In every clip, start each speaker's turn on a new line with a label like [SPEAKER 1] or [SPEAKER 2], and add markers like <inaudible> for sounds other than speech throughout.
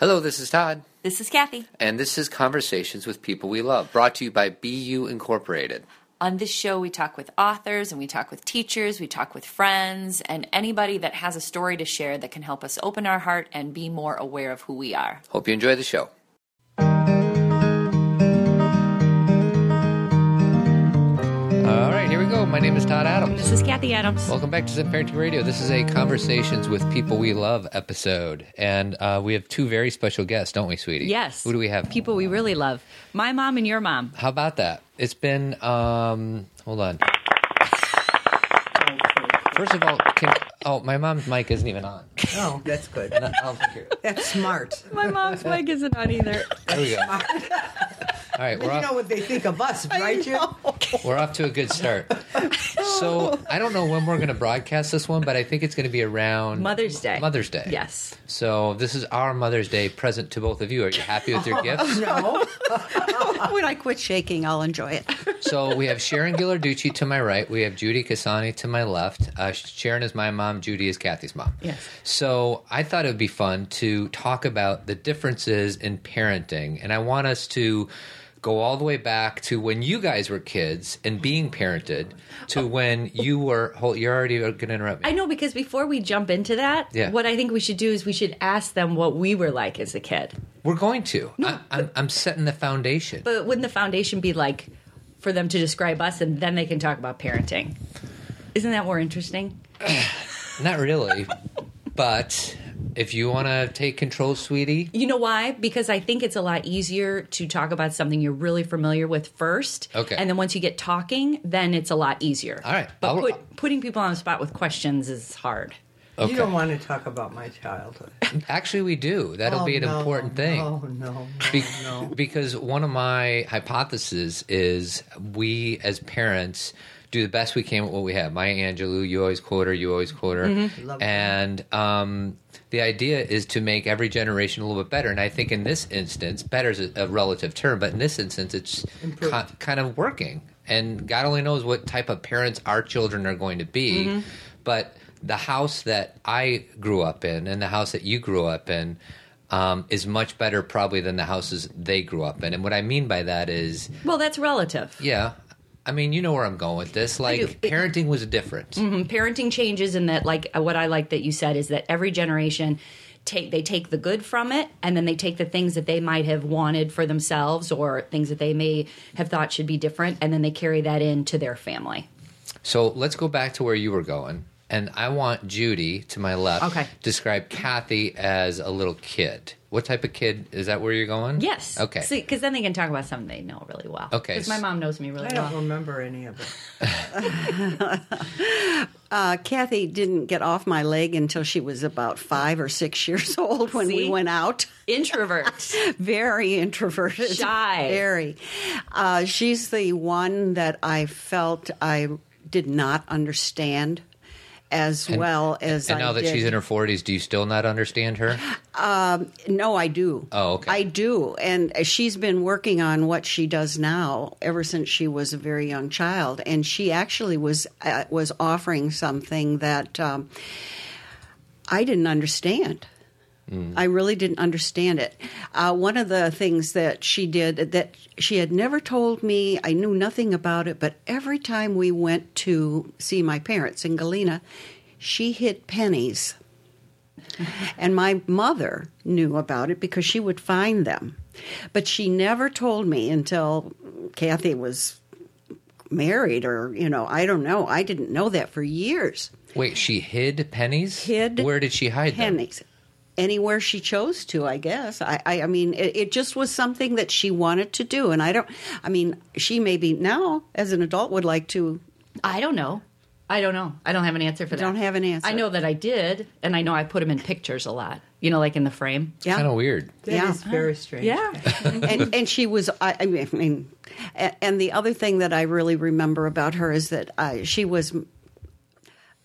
[SPEAKER 1] Hello, this is Todd,
[SPEAKER 2] This is Kathy.
[SPEAKER 1] and this is Conversations with People We Love, brought to you by BU Incorporated.
[SPEAKER 2] On this show, we talk with authors and we talk with teachers, we talk with friends, and anybody that has a story to share that can help us open our heart and be more aware of who we are.
[SPEAKER 1] Hope you enjoy the show. All right, here we go. My name is Todd Adams.
[SPEAKER 3] This is Kathy Adams.
[SPEAKER 1] Welcome back to Zen Parenting Radio. This is a Conversations with People We Love episode, and uh, we have two very special guests, don't we, sweetie?
[SPEAKER 3] Yes.
[SPEAKER 1] Who do we have?
[SPEAKER 3] People we really love. My mom and your mom.
[SPEAKER 1] How about that? It's been. Um, hold on. First of all, can, oh, my mom's mic isn't even on.
[SPEAKER 4] Oh,
[SPEAKER 1] <laughs>
[SPEAKER 4] that's good.
[SPEAKER 1] I don't think you're-
[SPEAKER 4] That's smart.
[SPEAKER 3] My mom's mic isn't on either.
[SPEAKER 1] There <laughs> we go. All right, we're
[SPEAKER 4] You know
[SPEAKER 1] off,
[SPEAKER 4] what they think of us,
[SPEAKER 1] <laughs>
[SPEAKER 4] right? Jim?
[SPEAKER 1] we're off to a good start. So I don't know when we're going to broadcast this one, but I think it's going to be around
[SPEAKER 3] Mother's Day.
[SPEAKER 1] Mother's Day.
[SPEAKER 3] Yes.
[SPEAKER 1] So this is our Mother's Day present to both of you. Are you happy with
[SPEAKER 3] <laughs>
[SPEAKER 1] your gifts?
[SPEAKER 4] No.
[SPEAKER 5] when I quit shaking, I'll enjoy it.
[SPEAKER 1] So we have Sharon Ghilarducci to my right. We have Judy Kasani to my left. Uh, Sharon is my mom. Judy is Kathy's mom.
[SPEAKER 5] Yes.
[SPEAKER 1] So I thought it would be fun to talk about the differences in parenting, and I want us to go all the way back to when you guys were kids and being parented to when you were. Hold, you're already going to interrupt me.
[SPEAKER 3] I know because before we jump into that,
[SPEAKER 1] Yeah.
[SPEAKER 3] what I think we should do is we should ask them what we were like as a kid.
[SPEAKER 1] we're going to. I, I'm, I'm setting the foundation.
[SPEAKER 3] But wouldn't the foundation be like for them to describe us and then they can talk about parenting? Isn't that more interesting?
[SPEAKER 1] Not really, but if you want to take control, sweetie.
[SPEAKER 3] You know why? Because I think it's a lot easier to talk about something you're really familiar with first.
[SPEAKER 1] Okay.
[SPEAKER 3] And then once you get talking, then it's a lot easier.
[SPEAKER 1] All right.
[SPEAKER 3] But
[SPEAKER 1] I'll-
[SPEAKER 3] put, putting people on the spot with questions is hard.
[SPEAKER 1] Okay.
[SPEAKER 4] You don't want to talk about my childhood.
[SPEAKER 1] Actually, we do. That'll be an
[SPEAKER 4] Oh, no,
[SPEAKER 1] important thing.
[SPEAKER 4] No, no,
[SPEAKER 1] Be-
[SPEAKER 4] no. no.
[SPEAKER 1] Because one of my hypotheses is we as parents do the best we can with what we have. Maya Angelou, you always quote her, you always quote her.
[SPEAKER 4] Love
[SPEAKER 1] And um, the idea is to make every generation a little bit better. And I think in this instance, better is a, a relative term, but in this instance, it's ki kind of working. And God only knows what type of parents our children are going to be.
[SPEAKER 3] Mm-hmm.
[SPEAKER 1] But the house that I grew up in and the house that you grew up in, um, is much better probably than the houses they grew up in. And what I mean by that is,
[SPEAKER 3] Well, that's relative.
[SPEAKER 1] yeah, I mean, you know where I'm going with this.
[SPEAKER 3] do.
[SPEAKER 1] Like,
[SPEAKER 3] It-
[SPEAKER 1] parenting was different.
[SPEAKER 3] parenting changes and that like what i like that you said is that every generation take they take the good from it and then they take the things that they might have wanted for themselves or things that they may have thought should be different and then they carry that into their family
[SPEAKER 1] So let's go back to where you were going. And I want Judy to my left.
[SPEAKER 3] Okay.
[SPEAKER 1] Describe Kathy as a little kid. What type of kid is that? Where you're going?
[SPEAKER 3] yes
[SPEAKER 1] Okay.
[SPEAKER 3] because then they can talk about something they know really well
[SPEAKER 1] Okay.
[SPEAKER 3] because my mom knows me
[SPEAKER 4] I
[SPEAKER 3] really
[SPEAKER 4] don't
[SPEAKER 3] well
[SPEAKER 4] remember any of it.
[SPEAKER 5] Uh, Kathy didn't get off my leg until she was about five or six years <laughs> old when
[SPEAKER 3] See?
[SPEAKER 5] we went out. <laughs>
[SPEAKER 3] introvert
[SPEAKER 5] Very introverted.
[SPEAKER 3] Shy.
[SPEAKER 5] Very. Uh, she's the one that I felt I did not understand as well as
[SPEAKER 1] and
[SPEAKER 5] I
[SPEAKER 1] now that
[SPEAKER 5] did.
[SPEAKER 1] she's in her 40s, do you still not understand
[SPEAKER 3] <gasps>
[SPEAKER 1] her?
[SPEAKER 5] No, I do.
[SPEAKER 1] Oh, okay.
[SPEAKER 5] I do. And she's been working on what she does now ever since she was a very young child. And she actually was uh, was offering something that um, I didn't understand.
[SPEAKER 1] Mm.
[SPEAKER 5] I really didn't understand it. Uh, one of the things that she did that she had never told me, I knew nothing about it, but every time we went to see my parents in Galena, she hid pennies. And my mother knew about it because she would find them. But she never told me until Kathy was married, or, you know, I don't know. I didn't know that for years.
[SPEAKER 1] Wait, she hid pennies?
[SPEAKER 5] Hid
[SPEAKER 1] Where did she hide them?
[SPEAKER 5] Pennies. Anywhere she chose to, I guess. I, I, I mean, it, it just was something that she wanted to do. And I don't, I mean, she maybe now, as an adult, would like to
[SPEAKER 3] i don't know i don't know i don't have an answer for that
[SPEAKER 5] don't have an answer.
[SPEAKER 3] i know that i did and i know i put them in pictures a lot you know like in the frame
[SPEAKER 5] Yeah.
[SPEAKER 1] Kind of weird.
[SPEAKER 4] That
[SPEAKER 5] Yeah.
[SPEAKER 4] is very
[SPEAKER 1] Uh-huh.
[SPEAKER 4] strange.
[SPEAKER 5] and and she was I, I mean- I mean a- and the other thing that I really remember about her is that uh, she was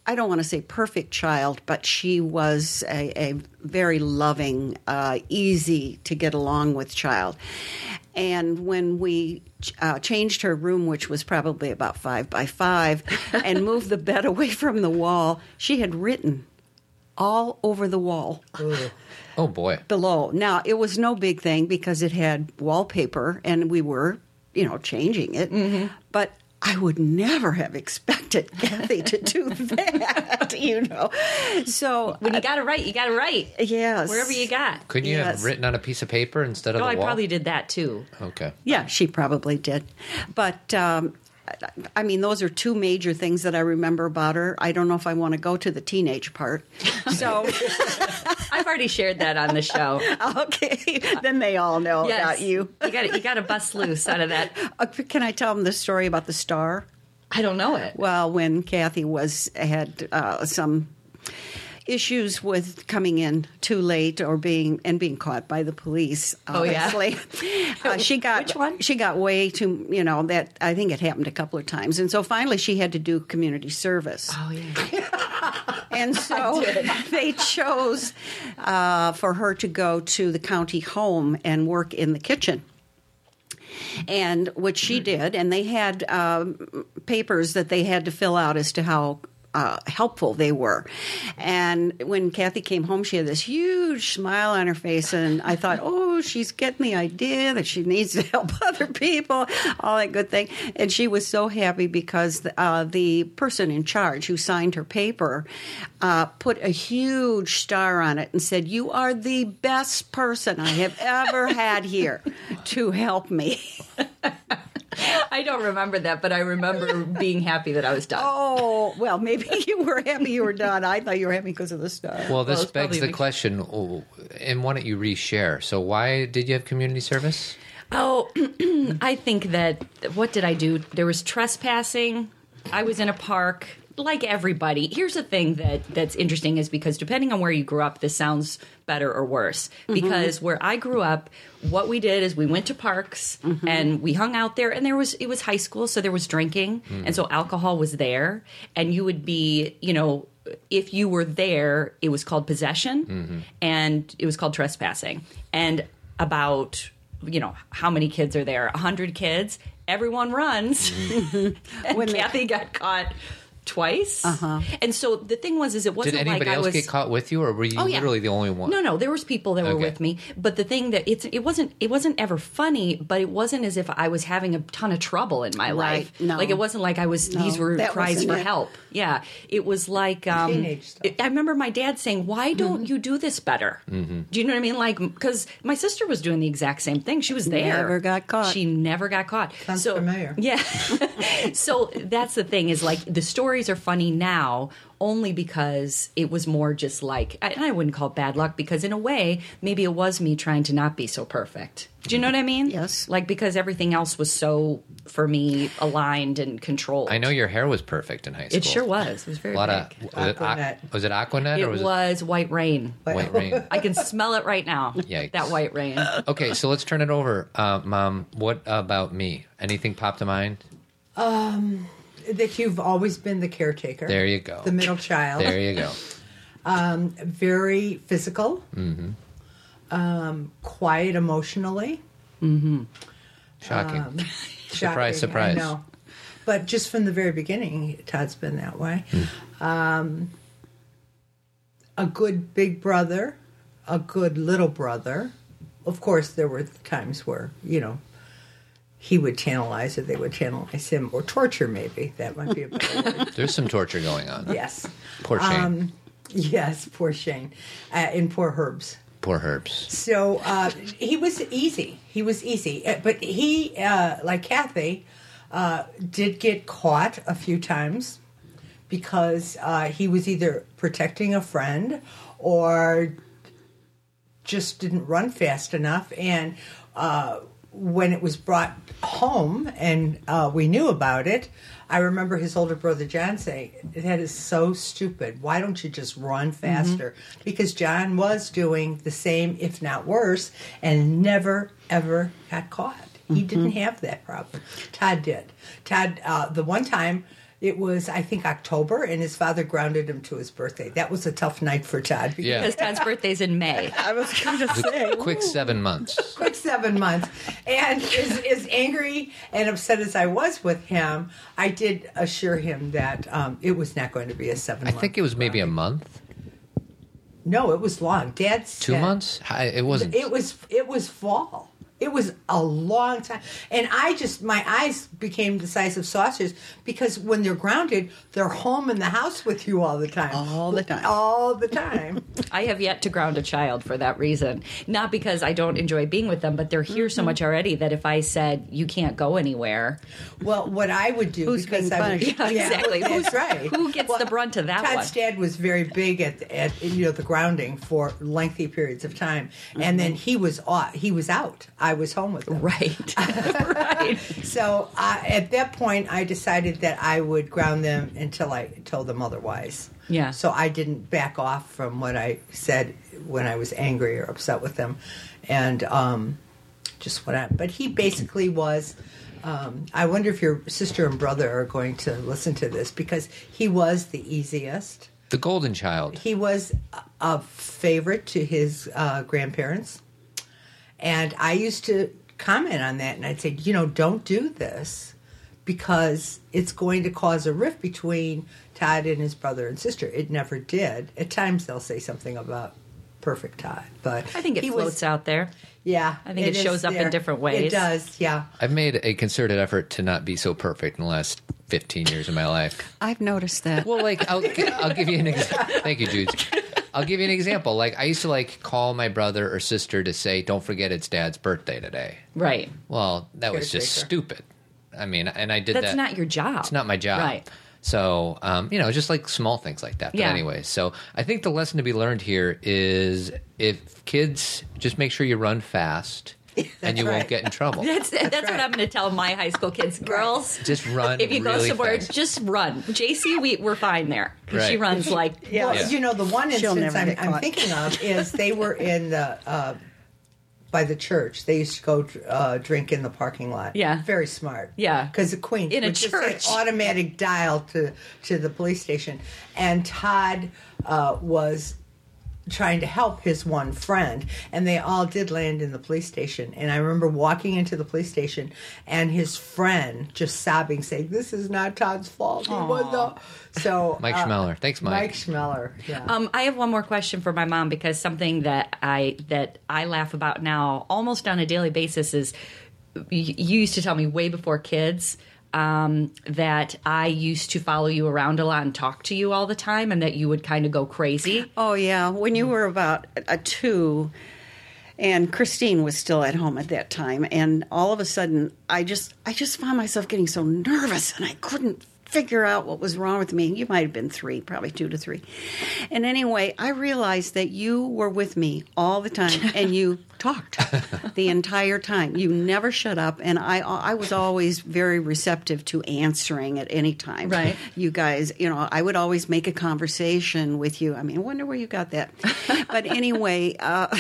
[SPEAKER 5] I don't want to say perfect child, but she was a, a very loving, uh, easy to get along with child. And when we uh, changed her room, which was probably about five by five, and moved the bed away from the wall, she had written all over the wall
[SPEAKER 1] Oh boy.
[SPEAKER 5] below. Now, it was no big thing because it had wallpaper and we were, you know, changing it.
[SPEAKER 3] Mm-hmm.
[SPEAKER 5] But I would never have expected <laughs> Kathy to do that, <laughs> you know. So,
[SPEAKER 3] <laughs> When you got to write, you got to write.
[SPEAKER 5] yes.
[SPEAKER 3] Wherever you got.
[SPEAKER 1] Couldn't you
[SPEAKER 5] Yes.
[SPEAKER 1] have written on a piece of paper instead of
[SPEAKER 3] Oh,
[SPEAKER 1] the
[SPEAKER 3] I
[SPEAKER 1] wall?
[SPEAKER 3] probably did that too.
[SPEAKER 1] Okay.
[SPEAKER 5] Yeah, she probably did. But um, I- I mean, those are two major things that I remember about her. I don't know if I want to go to the
[SPEAKER 3] <laughs>
[SPEAKER 5] teenage part. So,
[SPEAKER 3] I've already shared that on the show.
[SPEAKER 5] okay, <laughs> then they all know <laughs> about you.
[SPEAKER 3] <laughs> You got you got to bust loose out of that.
[SPEAKER 5] Uh, can I tell them the story about the star?
[SPEAKER 3] I don't know it.
[SPEAKER 5] Well, when Kathy was had uh, some issues with coming in too late or being and being caught by the police.
[SPEAKER 3] Oh, yeah.
[SPEAKER 5] Obviously.
[SPEAKER 3] <laughs>
[SPEAKER 5] uh, she got
[SPEAKER 3] Which one?
[SPEAKER 5] she got way too you know that I think it happened a couple of times, and so finally she had to do community service.
[SPEAKER 3] Oh yeah. <laughs>
[SPEAKER 5] And so <laughs> they chose uh, for her to go to the county home and work in the kitchen. And which she
[SPEAKER 3] Mm.
[SPEAKER 5] did, and they had um, papers that they had to fill out as to how uh, helpful they were. And when Kathy came home, she had this huge smile on her face, and I thought, <laughs> oh, she's getting the idea that she needs to help <laughs> other people, all that good thing. And she was so happy because uh, the person in charge who signed her paper uh, put a huge star on it and said, You are the best person I have ever had here to help me.
[SPEAKER 3] I don't remember that, but I remember being happy that I was done.
[SPEAKER 5] Oh, well, maybe <laughs> you were happy you were done. I thought you were happy because of the star.
[SPEAKER 1] Well, this
[SPEAKER 3] it's probably
[SPEAKER 1] begs the
[SPEAKER 3] mixed-
[SPEAKER 1] question, oh, and why don't you reshare? So, why did you have community service?
[SPEAKER 3] Oh, <clears throat> I think that what did I do? There was trespassing. I was in a park like everybody. Here's the thing that that's interesting is because depending on where you grew up, this sounds better or worse. Because where I grew up, what we did is we went to parks and we hung out there and there was it was high school, so there was drinking. And so alcohol was there and you would be, you know, if you were there, it was called possession and it was called trespassing. And about you know how many kids are there 100 kids everyone runs
[SPEAKER 1] Mm-hmm.
[SPEAKER 3] <laughs> and kathy got caught twice and Oh, so the thing was is it wasn't
[SPEAKER 1] Did anybody
[SPEAKER 3] like
[SPEAKER 1] else
[SPEAKER 3] i was
[SPEAKER 1] get caught with you, or were you
[SPEAKER 3] Oh, yeah.
[SPEAKER 1] literally the only one?
[SPEAKER 3] no no there was people that were
[SPEAKER 1] Okay.
[SPEAKER 3] with me but the thing that it's it wasn't it wasn't ever funny but it wasn't as if i was having a ton of trouble in my life
[SPEAKER 5] no.
[SPEAKER 3] like it wasn't like i was these were
[SPEAKER 5] that
[SPEAKER 3] cries
[SPEAKER 5] wasn't
[SPEAKER 3] for
[SPEAKER 5] it.
[SPEAKER 3] help yeah it was like um
[SPEAKER 4] Teenage stuff.
[SPEAKER 3] I remember my dad saying,
[SPEAKER 5] Mm-hmm.
[SPEAKER 3] "Why don't you do this better?" Do you know what I mean? Like, because my sister was doing the exact same thing. She was there,
[SPEAKER 5] Never got caught.
[SPEAKER 3] She never got caught.
[SPEAKER 4] Sounds familiar.
[SPEAKER 3] Yeah. <laughs> so that's the thing is like the stories are funny now only because it was more just like, and I wouldn't call it bad luck because in a way maybe it was me trying to not be so perfect. Do you know what I mean?
[SPEAKER 5] Yes.
[SPEAKER 3] Like because everything else was so for me aligned and controlled.
[SPEAKER 1] I know your hair was perfect in high school.
[SPEAKER 3] It sure was. It was very
[SPEAKER 1] A lot
[SPEAKER 3] big.
[SPEAKER 1] of was it, aqu-
[SPEAKER 4] Aquanet.
[SPEAKER 1] was it Aquanet
[SPEAKER 3] It
[SPEAKER 1] or was
[SPEAKER 3] was,
[SPEAKER 1] it
[SPEAKER 3] white rain.
[SPEAKER 1] White Rain?
[SPEAKER 3] I can smell it right now.
[SPEAKER 1] Yikes.
[SPEAKER 3] That
[SPEAKER 1] <laughs>
[SPEAKER 3] white rain.
[SPEAKER 1] Okay, so let's turn it over, uh, Mom. What about me? Anything pop to mind?
[SPEAKER 4] That you've always been the caretaker.
[SPEAKER 1] There you go.
[SPEAKER 4] The middle child.
[SPEAKER 1] There you
[SPEAKER 4] <laughs>
[SPEAKER 1] go.
[SPEAKER 4] Very physical. Um,
[SPEAKER 1] Mm-hmm.
[SPEAKER 4] quiet emotionally.
[SPEAKER 1] Shocking.
[SPEAKER 4] Um, Shocking,
[SPEAKER 1] <laughs> surprise, surprise.
[SPEAKER 4] I know. But just from the very beginning, Todd's been that way.
[SPEAKER 1] Hmm.
[SPEAKER 4] Um, a good big brother, a good little brother. Of course, there were times where, you know, he would channelize or they would channelize him or torture, maybe. That might be a better
[SPEAKER 1] <laughs>
[SPEAKER 4] word.
[SPEAKER 1] There's some torture going on.
[SPEAKER 4] Yes.
[SPEAKER 1] Poor Shane.
[SPEAKER 4] Um, Yes, poor Shane. Uh, and poor Herbs.
[SPEAKER 1] Poor
[SPEAKER 4] <laughs>
[SPEAKER 1] Herbs.
[SPEAKER 4] So uh, he was easy. He was easy, Uh, but he, uh, like Kathy, uh, did get caught a few times because uh, he was either protecting a friend or just didn't run fast enough. And uh, when it was brought home and uh, we knew about it, I remember his older brother John saying, That is so stupid. Why don't you just run faster? Because John was doing the same, if not worse, and never, ever got caught. He didn't have that problem. Todd did. Todd, uh, the one time, it was, I think, October, and his father grounded him to his birthday. That was a tough night for Todd. because
[SPEAKER 1] Yeah.
[SPEAKER 3] Because Todd's birthday's in May.
[SPEAKER 4] I was going to say
[SPEAKER 1] Quick seven months.
[SPEAKER 4] quick seven months. And as, as angry and upset as I was with him, I did assure him that um, it was not going to be a seven.
[SPEAKER 1] I think it was maybe a month.
[SPEAKER 4] No, it was long. Dad said
[SPEAKER 1] Two months? I, it wasn't.
[SPEAKER 4] It was it was fall. It was a long time, and I just my eyes became the size of saucers because when they're grounded, they're home in the house with you all the time,
[SPEAKER 5] All the time.
[SPEAKER 4] all the time.
[SPEAKER 3] I have yet to ground a child for that reason. Not because I don't enjoy being with them, but they're here
[SPEAKER 1] Mm-hmm.
[SPEAKER 3] so much already that if I said you can't
[SPEAKER 1] <laughs>
[SPEAKER 3] go anywhere,
[SPEAKER 4] well, what I would do
[SPEAKER 5] Who's
[SPEAKER 4] because
[SPEAKER 5] being
[SPEAKER 4] I would, <laughs>
[SPEAKER 5] punished?
[SPEAKER 3] Yeah, exactly.
[SPEAKER 4] That's
[SPEAKER 3] Who's-
[SPEAKER 4] right.
[SPEAKER 3] who gets the brunt of that
[SPEAKER 4] Todd's
[SPEAKER 3] one?
[SPEAKER 4] dad was very big at, at you know the grounding for lengthy periods of time, and
[SPEAKER 3] Mm-hmm.
[SPEAKER 4] then he was off, he was out. I was home with him.
[SPEAKER 1] <laughs>
[SPEAKER 3] right, right.
[SPEAKER 4] So uh, at that point, I decided that I would ground them until I told them otherwise.
[SPEAKER 3] Yeah.
[SPEAKER 4] So I didn't back off from what I said when I was angry or upset with them, and um, just what I. But he basically was. Um, I wonder if your sister and brother are going to listen to this because he was the easiest.
[SPEAKER 1] the golden child.
[SPEAKER 4] He was a- a favorite to his uh, grandparents. And I used to comment on that and I'd say, you know, don't do this because it's going to cause a rift between Todd and his brother and sister. It never did. At times they'll say something about perfect Todd, but
[SPEAKER 3] I think it
[SPEAKER 4] he was-
[SPEAKER 3] floats out there.
[SPEAKER 4] Yeah.
[SPEAKER 3] I think it
[SPEAKER 4] is
[SPEAKER 3] shows up in different
[SPEAKER 4] It
[SPEAKER 3] ways.
[SPEAKER 4] does, yeah.
[SPEAKER 1] I've made a concerted effort to not be so perfect in the last 15 years of my life.
[SPEAKER 5] I've noticed that.
[SPEAKER 1] Well, like I'll gi- I'll give you an example. Thank you, Jude. I'll give you an example. Like I used to like call my brother or sister to say, "Don't forget it's Dad's birthday today."
[SPEAKER 3] Right.
[SPEAKER 1] Well, that was just
[SPEAKER 4] Caretaker.
[SPEAKER 1] stupid. I mean, and I did
[SPEAKER 3] That's
[SPEAKER 1] that.
[SPEAKER 3] not your job.
[SPEAKER 1] It's not my job.
[SPEAKER 3] Right.
[SPEAKER 1] So, um, you know, just like small things like that. But
[SPEAKER 3] Yeah.
[SPEAKER 1] anyway, so I think the lesson to be learned here is if kids just make sure you run
[SPEAKER 4] <laughs>
[SPEAKER 1] fast and you won't
[SPEAKER 4] right.
[SPEAKER 1] get in trouble.
[SPEAKER 3] That's that's, what
[SPEAKER 4] right.
[SPEAKER 3] I'm going to tell my high school kids, girls.
[SPEAKER 1] Just run
[SPEAKER 3] <laughs> If you go
[SPEAKER 1] really
[SPEAKER 3] somewhere,
[SPEAKER 1] fast.
[SPEAKER 3] just run. JC, we we're fine there 'Cause she
[SPEAKER 1] Right.
[SPEAKER 3] runs like
[SPEAKER 4] Well,
[SPEAKER 1] Yeah.
[SPEAKER 4] you know, the one
[SPEAKER 5] She'll
[SPEAKER 4] instance
[SPEAKER 5] never
[SPEAKER 4] I'm,
[SPEAKER 5] get
[SPEAKER 4] I'm
[SPEAKER 5] caught.
[SPEAKER 4] thinking of is
[SPEAKER 3] <laughs>
[SPEAKER 4] they were in the uh, by the church. They used to go uh, drink in the parking lot.
[SPEAKER 3] Yeah.
[SPEAKER 4] very smart.
[SPEAKER 3] Yeah.
[SPEAKER 4] because the Queen
[SPEAKER 3] In a
[SPEAKER 4] which is an
[SPEAKER 3] church.
[SPEAKER 4] automatic dial to to the police station, and Todd uh, was trying to help his one friend and they all did land in the police station and i remember walking into the police station and his friend just sobbing saying this is not todd's fault He was the-" so uh,
[SPEAKER 1] Mike Schmeller. Thanks, Mike.
[SPEAKER 4] Mike Schmeller. Yeah.
[SPEAKER 3] Um, I have one more question for my mom because something that I that I laugh about now almost on a daily basis is y- you used to tell me way before kids um, that I used to follow you around a lot and talk to you all the time and that you would kind of go crazy.
[SPEAKER 5] Oh yeah, when you were about a two, and Christine was still at home at that time, and all of a sudden, I just I just found myself getting so nervous, and I couldn't figure out what was wrong with me. You might have been three, probably two to three, and anyway, I realized that you were with me all the time, and you talked the entire time. You never shut up, and I I was always very receptive to answering at any time
[SPEAKER 3] Right.
[SPEAKER 5] you guys, you know, I would always make a conversation with you. I mean, I wonder where you got <laughs> that. But anyway, uh, <laughs>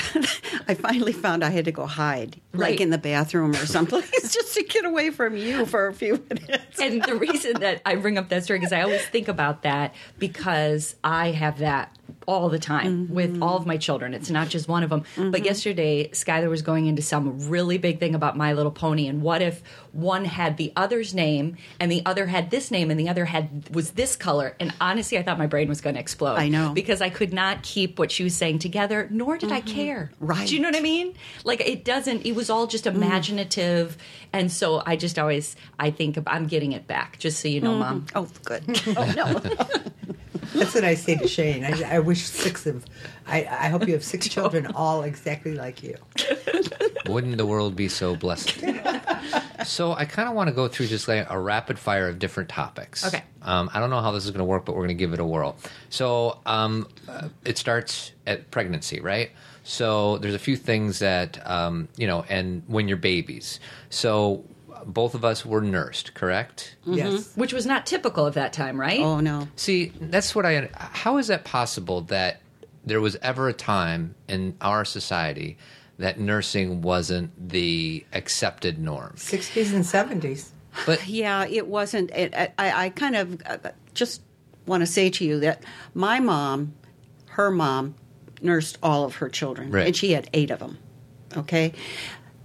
[SPEAKER 5] I finally found I had to go hide,
[SPEAKER 3] Right.
[SPEAKER 5] like in the bathroom or someplace, <laughs> just to get away from you for a few <laughs>
[SPEAKER 3] <laughs>
[SPEAKER 5] minutes.
[SPEAKER 3] and the reason that I bring up that story is I always think about that because I have that all the time with
[SPEAKER 5] Mm-hmm.
[SPEAKER 3] all of my children. It's not just one of them. But yesterday, Skylar was going into some really big thing about My Little Pony, and what if one had the other's name and the other had this name and the other had was this color? And honestly, I thought my brain was going to explode.
[SPEAKER 5] I know.
[SPEAKER 3] because I could not keep what she was saying together, nor did I care.
[SPEAKER 5] Mm-hmm. Right. Mm.
[SPEAKER 3] Do you know what I mean? Like it doesn't. It was all just imaginative, and so I just always I think of- I'm getting it back. Just so you know, mom.
[SPEAKER 5] Oh, good. Oh, <laughs> no.
[SPEAKER 4] That's what I say to Shane. I, I wish six of, I, I hope you have six children all exactly like you.
[SPEAKER 1] Wouldn't the world be so blessed? so I kind of want to go through just like a rapid fire of different topics.
[SPEAKER 3] Okay.
[SPEAKER 1] Um, I don't know how this is going to work, but we're going to give it a whirl. So um, uh, it starts at pregnancy, right? So there's a few things that um, you know, and when you're babies. So both of us were nursed, correct?
[SPEAKER 4] Yes.
[SPEAKER 3] Which was not typical of that time, right?
[SPEAKER 5] Oh, no.
[SPEAKER 1] See, that's what I. How is that possible that there was ever a time in our society that nursing wasn't the accepted norm?
[SPEAKER 4] 60s and 70s.
[SPEAKER 1] But
[SPEAKER 5] Yeah, it wasn't. It, I, I kind of uh, just want to say to you that my mom, her mom, nursed all of her children,
[SPEAKER 1] Right.
[SPEAKER 5] and she had eight of them. Okay.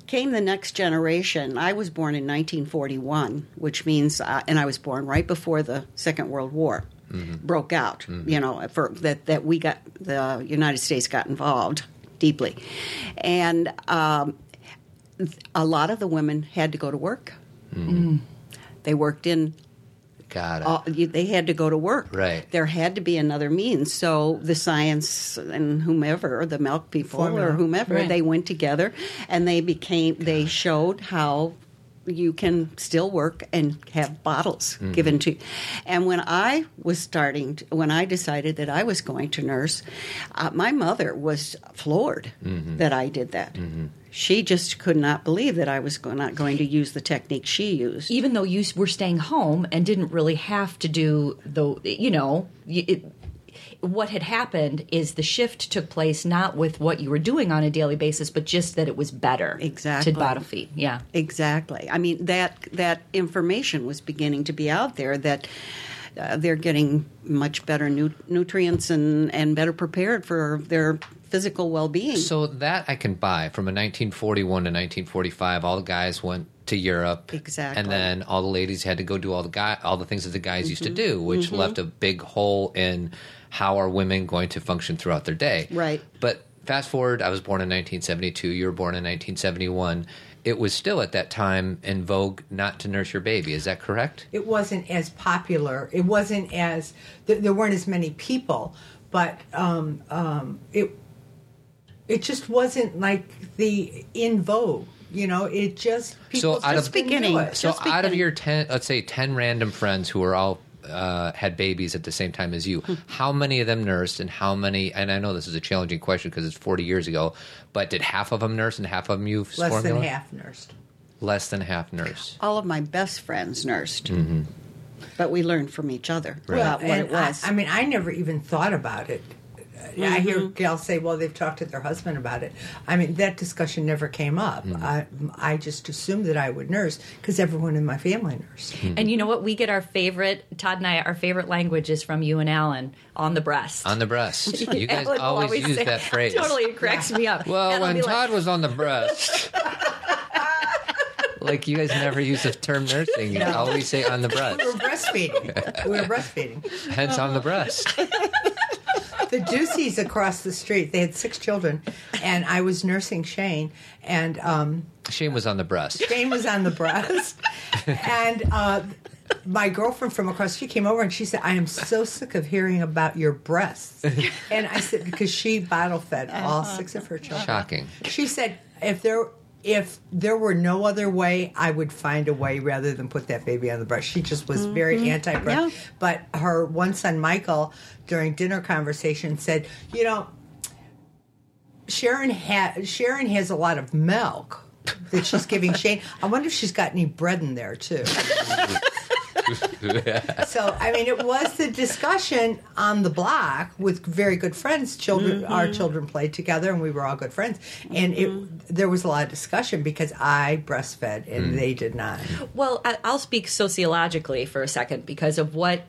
[SPEAKER 5] Came the next generation. I was born in 1941, which means, uh, and I was born right before the Second World War.
[SPEAKER 1] Mm-hmm.
[SPEAKER 5] broke out. You know, for that that we got the United States got involved deeply, and um, a lot of the women had to go to work. They worked in
[SPEAKER 1] Got it.
[SPEAKER 5] all, you, they had to go to work.
[SPEAKER 1] Right.
[SPEAKER 5] There had to be another means. So the science and whomever, the milk people or whomever,
[SPEAKER 3] Right.
[SPEAKER 5] they went together and they became, they showed how you can still work and have bottles given to you. And when I was starting, to, when I decided that I was going to nurse, uh, my mother was floored that I did that. She just could not believe that I was go- not going to use the technique she used.
[SPEAKER 3] even though you s- were staying home and didn't really have to do the you know y- it, what had happened is the shift took place not with what you were doing on a daily basis but just that it was better
[SPEAKER 5] Exactly.
[SPEAKER 3] to bottle feed yeah
[SPEAKER 5] Exactly. I mean that that information was beginning to be out there that uh, they're getting much better nu- nutrients and and better prepared for their physical well-being.
[SPEAKER 1] So that I can buy from a 1941 to 1945. All the guys went to Europe,
[SPEAKER 5] Exactly.
[SPEAKER 1] and then all the ladies had to go do all the guy all the things that the guys used
[SPEAKER 5] Mm-hmm.
[SPEAKER 1] to do, which left a big hole in how are women going to function throughout their day.
[SPEAKER 5] Right.
[SPEAKER 1] But fast forward, I was born in 1972. You were born in 1971. It was still at that time in vogue not to nurse your baby. Is that correct?
[SPEAKER 4] it wasn't as popular. It wasn't as th- there weren't as many people, but um, um, it it just wasn't like the in vogue. You know, it just people
[SPEAKER 1] out
[SPEAKER 4] just
[SPEAKER 1] of-
[SPEAKER 4] didn't do
[SPEAKER 5] Beginning.
[SPEAKER 4] it.
[SPEAKER 1] So
[SPEAKER 5] Just
[SPEAKER 1] out of
[SPEAKER 5] beginning.
[SPEAKER 1] your ten, let's say ten random friends who are all uh, had babies at the same time as you, how many of them nursed, and how many? And I know this is a challenging question because it's forty years ago, but did half of them nurse and half of them use
[SPEAKER 4] less
[SPEAKER 1] formula?
[SPEAKER 4] than half nursed.
[SPEAKER 1] Less than half nurse.
[SPEAKER 5] All of my best friends nursed, but we learned from each other about what
[SPEAKER 4] and
[SPEAKER 5] it was.
[SPEAKER 4] I, I mean, I never even thought about it. I hear
[SPEAKER 5] Mm-hmm.
[SPEAKER 4] gals say, "Well, they've talked to their husband about it." I mean, that discussion never came up.
[SPEAKER 1] Mm-hmm.
[SPEAKER 4] I, I just assumed that I would nurse because everyone in my family nursed.
[SPEAKER 1] Mm-hmm.
[SPEAKER 3] and you know what we get our favorite todd and i our favorite language is from you and alan on the breast
[SPEAKER 1] On the breast, you
[SPEAKER 3] <laughs>
[SPEAKER 1] guys
[SPEAKER 3] Alan will
[SPEAKER 1] always, use
[SPEAKER 3] say-
[SPEAKER 1] that phrase.
[SPEAKER 3] totally it cracks me up
[SPEAKER 1] Well,
[SPEAKER 3] And I'll
[SPEAKER 1] when
[SPEAKER 3] be like,
[SPEAKER 1] Todd was on the breast. Like you guys never use the term nursing. You always say on the
[SPEAKER 4] <laughs>
[SPEAKER 1] breast.
[SPEAKER 4] We were
[SPEAKER 1] <laughs>
[SPEAKER 4] breastfeeding. we were breastfeeding.
[SPEAKER 1] Hence on the breast.
[SPEAKER 4] the Deuceys across the street. They had six children, and I was nursing Shane, and um,
[SPEAKER 1] Shane was on the breast.
[SPEAKER 4] Shane was on the breast, and uh, my girlfriend from across the street came over and she said, "I am so sick of hearing about your breasts," and I said because she bottle fed all six of her children.
[SPEAKER 1] Shocking.
[SPEAKER 4] She said, "If there." If there were no other way, I would find a way rather than put that baby on the breast. She just was very anti-breast.
[SPEAKER 5] Yeah.
[SPEAKER 4] But her one son, Michael, during dinner conversation, said, "You know, Sharon ha- Sharon has a lot of milk that she's giving Shane. I wonder if she's got any bread in there too. so I mean, it was the discussion on the block with very good friends. Children,
[SPEAKER 3] Mm-hmm.
[SPEAKER 4] our children played together, and we were all good friends. And it there was a lot of discussion because I breastfed
[SPEAKER 1] Mm.
[SPEAKER 4] and they did not.
[SPEAKER 3] Well, I- I'll speak sociologically for a second because of what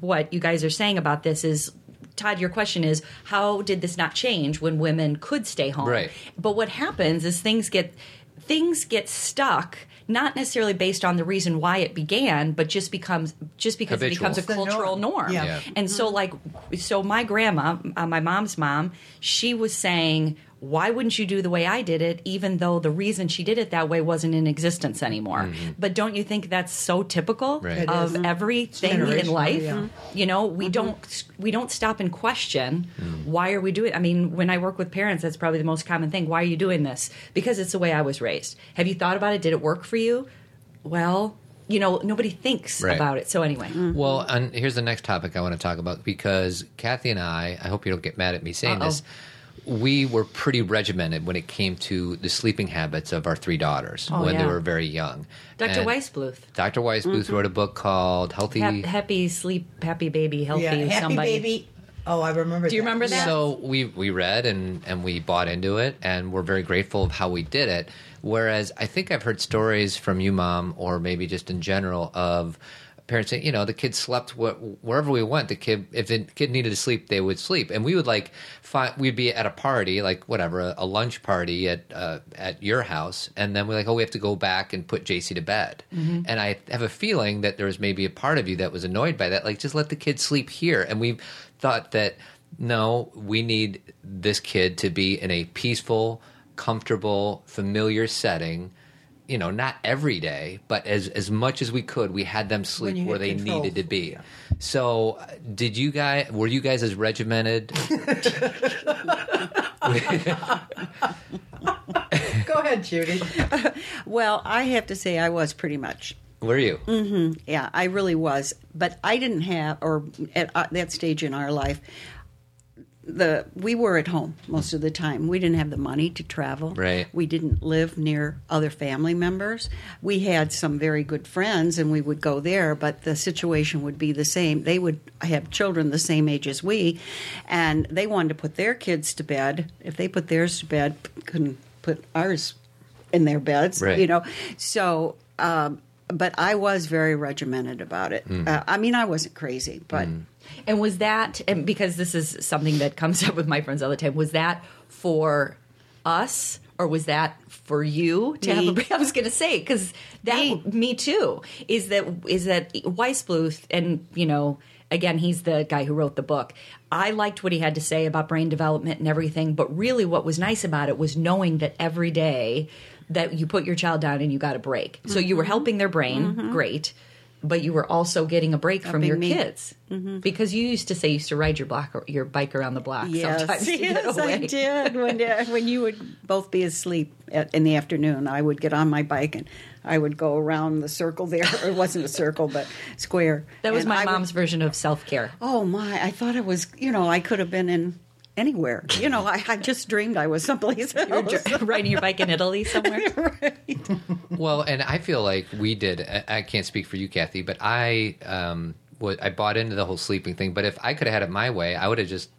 [SPEAKER 3] what you guys are saying about this is. Todd, your question is how did this not change when women could stay home?
[SPEAKER 1] Right.
[SPEAKER 3] But what happens is things get things get stuck, not necessarily based on the reason why it began, but just becomes just because
[SPEAKER 1] Habitual.
[SPEAKER 3] it becomes a
[SPEAKER 1] It's the
[SPEAKER 4] norm.
[SPEAKER 3] cultural norm.
[SPEAKER 4] Yeah.
[SPEAKER 1] Yeah.
[SPEAKER 3] And
[SPEAKER 4] Mm.
[SPEAKER 3] so, like, so my grandma, uh, my mom's mom, she was saying, why wouldn't you do the way I did it, even though the reason she did it that way wasn't in existence anymore? But don't you think that's so typical
[SPEAKER 1] Mm-hmm. Right. It
[SPEAKER 3] of everything in
[SPEAKER 4] generational,
[SPEAKER 3] life?
[SPEAKER 4] yeah. Mm-hmm.
[SPEAKER 3] You know, we don't we don't stop and question
[SPEAKER 1] Mm.
[SPEAKER 3] why are we doing. I mean, when I work with parents, that's probably the most common thing. Why are you doing this? Because it's the way I was raised. Have you thought about it? Did it work for you? Well, you know, nobody thinks
[SPEAKER 1] Right.
[SPEAKER 3] about it. So anyway,
[SPEAKER 4] Mm.
[SPEAKER 1] Well, and here's the next topic I want to talk about because Kathy and I, I hope you don't get mad at me saying
[SPEAKER 3] Uh-oh.
[SPEAKER 1] this, we were pretty regimented when it came to the sleeping habits of our three daughters
[SPEAKER 3] Oh,
[SPEAKER 1] when they
[SPEAKER 3] yeah.
[SPEAKER 1] were very young.
[SPEAKER 3] Dr.
[SPEAKER 1] And
[SPEAKER 3] Weisbluth.
[SPEAKER 1] Dr. Weisbluth wrote a book called Healthy.
[SPEAKER 3] Hap- happy sleep, happy baby, healthy
[SPEAKER 4] Yeah, happy
[SPEAKER 3] somebody.
[SPEAKER 4] baby. Oh, I remember.
[SPEAKER 3] Do you remember that?
[SPEAKER 1] So we we read and and we bought into it, and we're very grateful of how we did it. Whereas I think I've heard stories from you, mom, or maybe just in general of parents saying, you know, the kid slept wh- wherever we went. The kid, if the kid needed to sleep, they would sleep, and we would like find we'd be at a party, like whatever, a, a lunch party at uh, at your house, and then we're like, oh, we have to go back and put JC to bed.
[SPEAKER 3] Mm-hmm.
[SPEAKER 1] And I have a feeling that there was maybe a part of you that was annoyed by that, like just let the kid sleep here, and we thought that no, we need this kid to be in a peaceful, comfortable, familiar setting. You know, not every day, but as as much as we could, we had them
[SPEAKER 4] you
[SPEAKER 1] sleep where
[SPEAKER 4] had
[SPEAKER 1] they
[SPEAKER 4] control.
[SPEAKER 1] needed to be. So, uh, did you guys? Were you guys as
[SPEAKER 4] <laughs>
[SPEAKER 1] regimented? <laughs>
[SPEAKER 4] Go ahead,
[SPEAKER 3] <laughs>
[SPEAKER 4] Judy.
[SPEAKER 5] Well, I have to say, I was pretty much.
[SPEAKER 1] were you?
[SPEAKER 5] Yeah, I really was. But I didn't have, or at uh, that stage in our life, the we were at home most of the time. We didn't have the money to travel.
[SPEAKER 1] Right.
[SPEAKER 5] We didn't live near other family members. We had some very good friends, and we would go there. But the situation would be the same. They would have children the same age as we, and they wanted to put their kids to bed. If they put theirs to bed, couldn't put ours in their beds.
[SPEAKER 1] Right.
[SPEAKER 5] You know, so. Um, but I was very regimented about it. Uh, I mean, I wasn't crazy, but
[SPEAKER 3] And was that and because this is something that comes <laughs> up with my friends all the time, was that for us or was that for you to
[SPEAKER 5] Me.
[SPEAKER 3] have a <laughs> I was going to say cuz that
[SPEAKER 5] Me.
[SPEAKER 3] me. too is that is that Weisbluth and you know again he's the guy who wrote the book. I liked what he had to say about brain development and everything, but really what was nice about it was knowing that every day that you put your child down and you got a break. So you were helping their brain, great, but you were also getting a break from
[SPEAKER 5] Helping
[SPEAKER 3] your
[SPEAKER 5] me.
[SPEAKER 3] kids kids.
[SPEAKER 5] Mm-hmm.
[SPEAKER 3] because you used to say you used to ride your block your bike around the block sometimes to get
[SPEAKER 5] <laughs> yes,
[SPEAKER 3] away.
[SPEAKER 5] I did.
[SPEAKER 3] <laughs>
[SPEAKER 5] When when you would both be asleep at, in the afternoon, I would get on my bike and I would go around the circle there. <laughs> It wasn't a circle, but square.
[SPEAKER 3] That was
[SPEAKER 5] And
[SPEAKER 3] my
[SPEAKER 5] I would-
[SPEAKER 3] mom's version of self
[SPEAKER 5] <laughs>
[SPEAKER 3] care.
[SPEAKER 5] oh my! I thought it was. You know, I could have been in anywhere. You know, I, I just dreamed I was
[SPEAKER 3] <laughs>
[SPEAKER 5] someplace else.
[SPEAKER 3] Riding your bike in Italy somewhere.
[SPEAKER 1] Well, and I feel like we did. I- I can't speak for you, Kathy, but I um, wa I bought into the whole sleeping thing. But if I could have had it my way, I would have just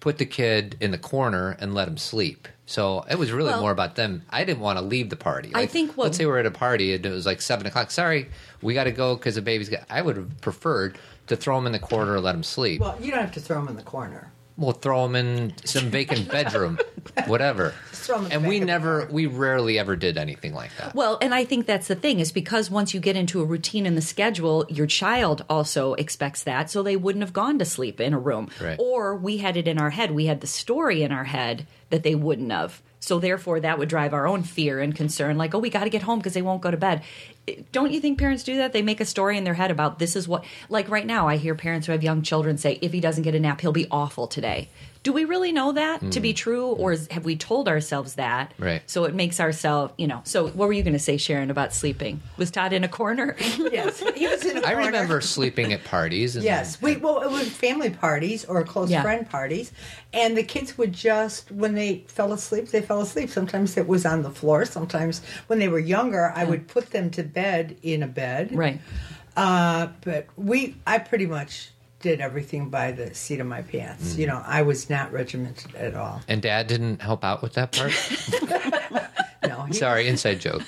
[SPEAKER 1] put the kid in the corner and let him sleep. So it was really
[SPEAKER 3] Well-
[SPEAKER 1] more about them. I didn't want to leave the party.
[SPEAKER 3] I
[SPEAKER 1] Like,
[SPEAKER 3] think what-
[SPEAKER 1] let's say we're at a party and it was like seven o'clock. Sorry, we got to go because the baby's got. I would have preferred to throw him in the corner and let him sleep. Well,
[SPEAKER 4] Well, you don't have to throw him in the corner.
[SPEAKER 1] throw him in some vacant bedroom, whatever.
[SPEAKER 4] throw him in the
[SPEAKER 1] and
[SPEAKER 4] back
[SPEAKER 1] we
[SPEAKER 4] of the
[SPEAKER 1] never,
[SPEAKER 4] car.
[SPEAKER 1] we rarely ever did anything like that.
[SPEAKER 3] Well, and I think that's the thing is because once you get into a routine in the schedule, your child also expects that, so they wouldn't have gone to sleep in a room.
[SPEAKER 1] Right.
[SPEAKER 3] Or we had it in our head, we had the story in our head that they wouldn't have. So therefore, that would drive our own fear and concern, like, oh, we got to get home because they won't go to bed. It- Don't you think parents do that? They make a story in their head about this is what. Like right now, I hear parents who have young children say, if he doesn't get a nap, he'll be awful today. Do we really know that to be true, or is, have we told ourselves that?
[SPEAKER 1] Right.
[SPEAKER 3] So it makes ourselves, you know. So what were you going to say, Sharon, about sleeping? Was Todd in
[SPEAKER 1] <laughs>
[SPEAKER 3] a corner?
[SPEAKER 4] Yes, he was in. a
[SPEAKER 1] I
[SPEAKER 4] corner.
[SPEAKER 1] remember sleeping at parties. And
[SPEAKER 4] Yes, we well it was family parties or close
[SPEAKER 3] Yeah.
[SPEAKER 4] friend parties, and the kids would just when they fell asleep, they fell asleep. Sometimes it was on the floor. Sometimes when they were younger, I would put them to bed in a bed.
[SPEAKER 3] right.
[SPEAKER 4] Uh, but we, I pretty much did everything by the seat of my
[SPEAKER 1] Mm.
[SPEAKER 4] pants. You know, I was not regimented at all.
[SPEAKER 1] And dad didn't help out with that part?
[SPEAKER 4] No, he,
[SPEAKER 1] Sorry, inside joke.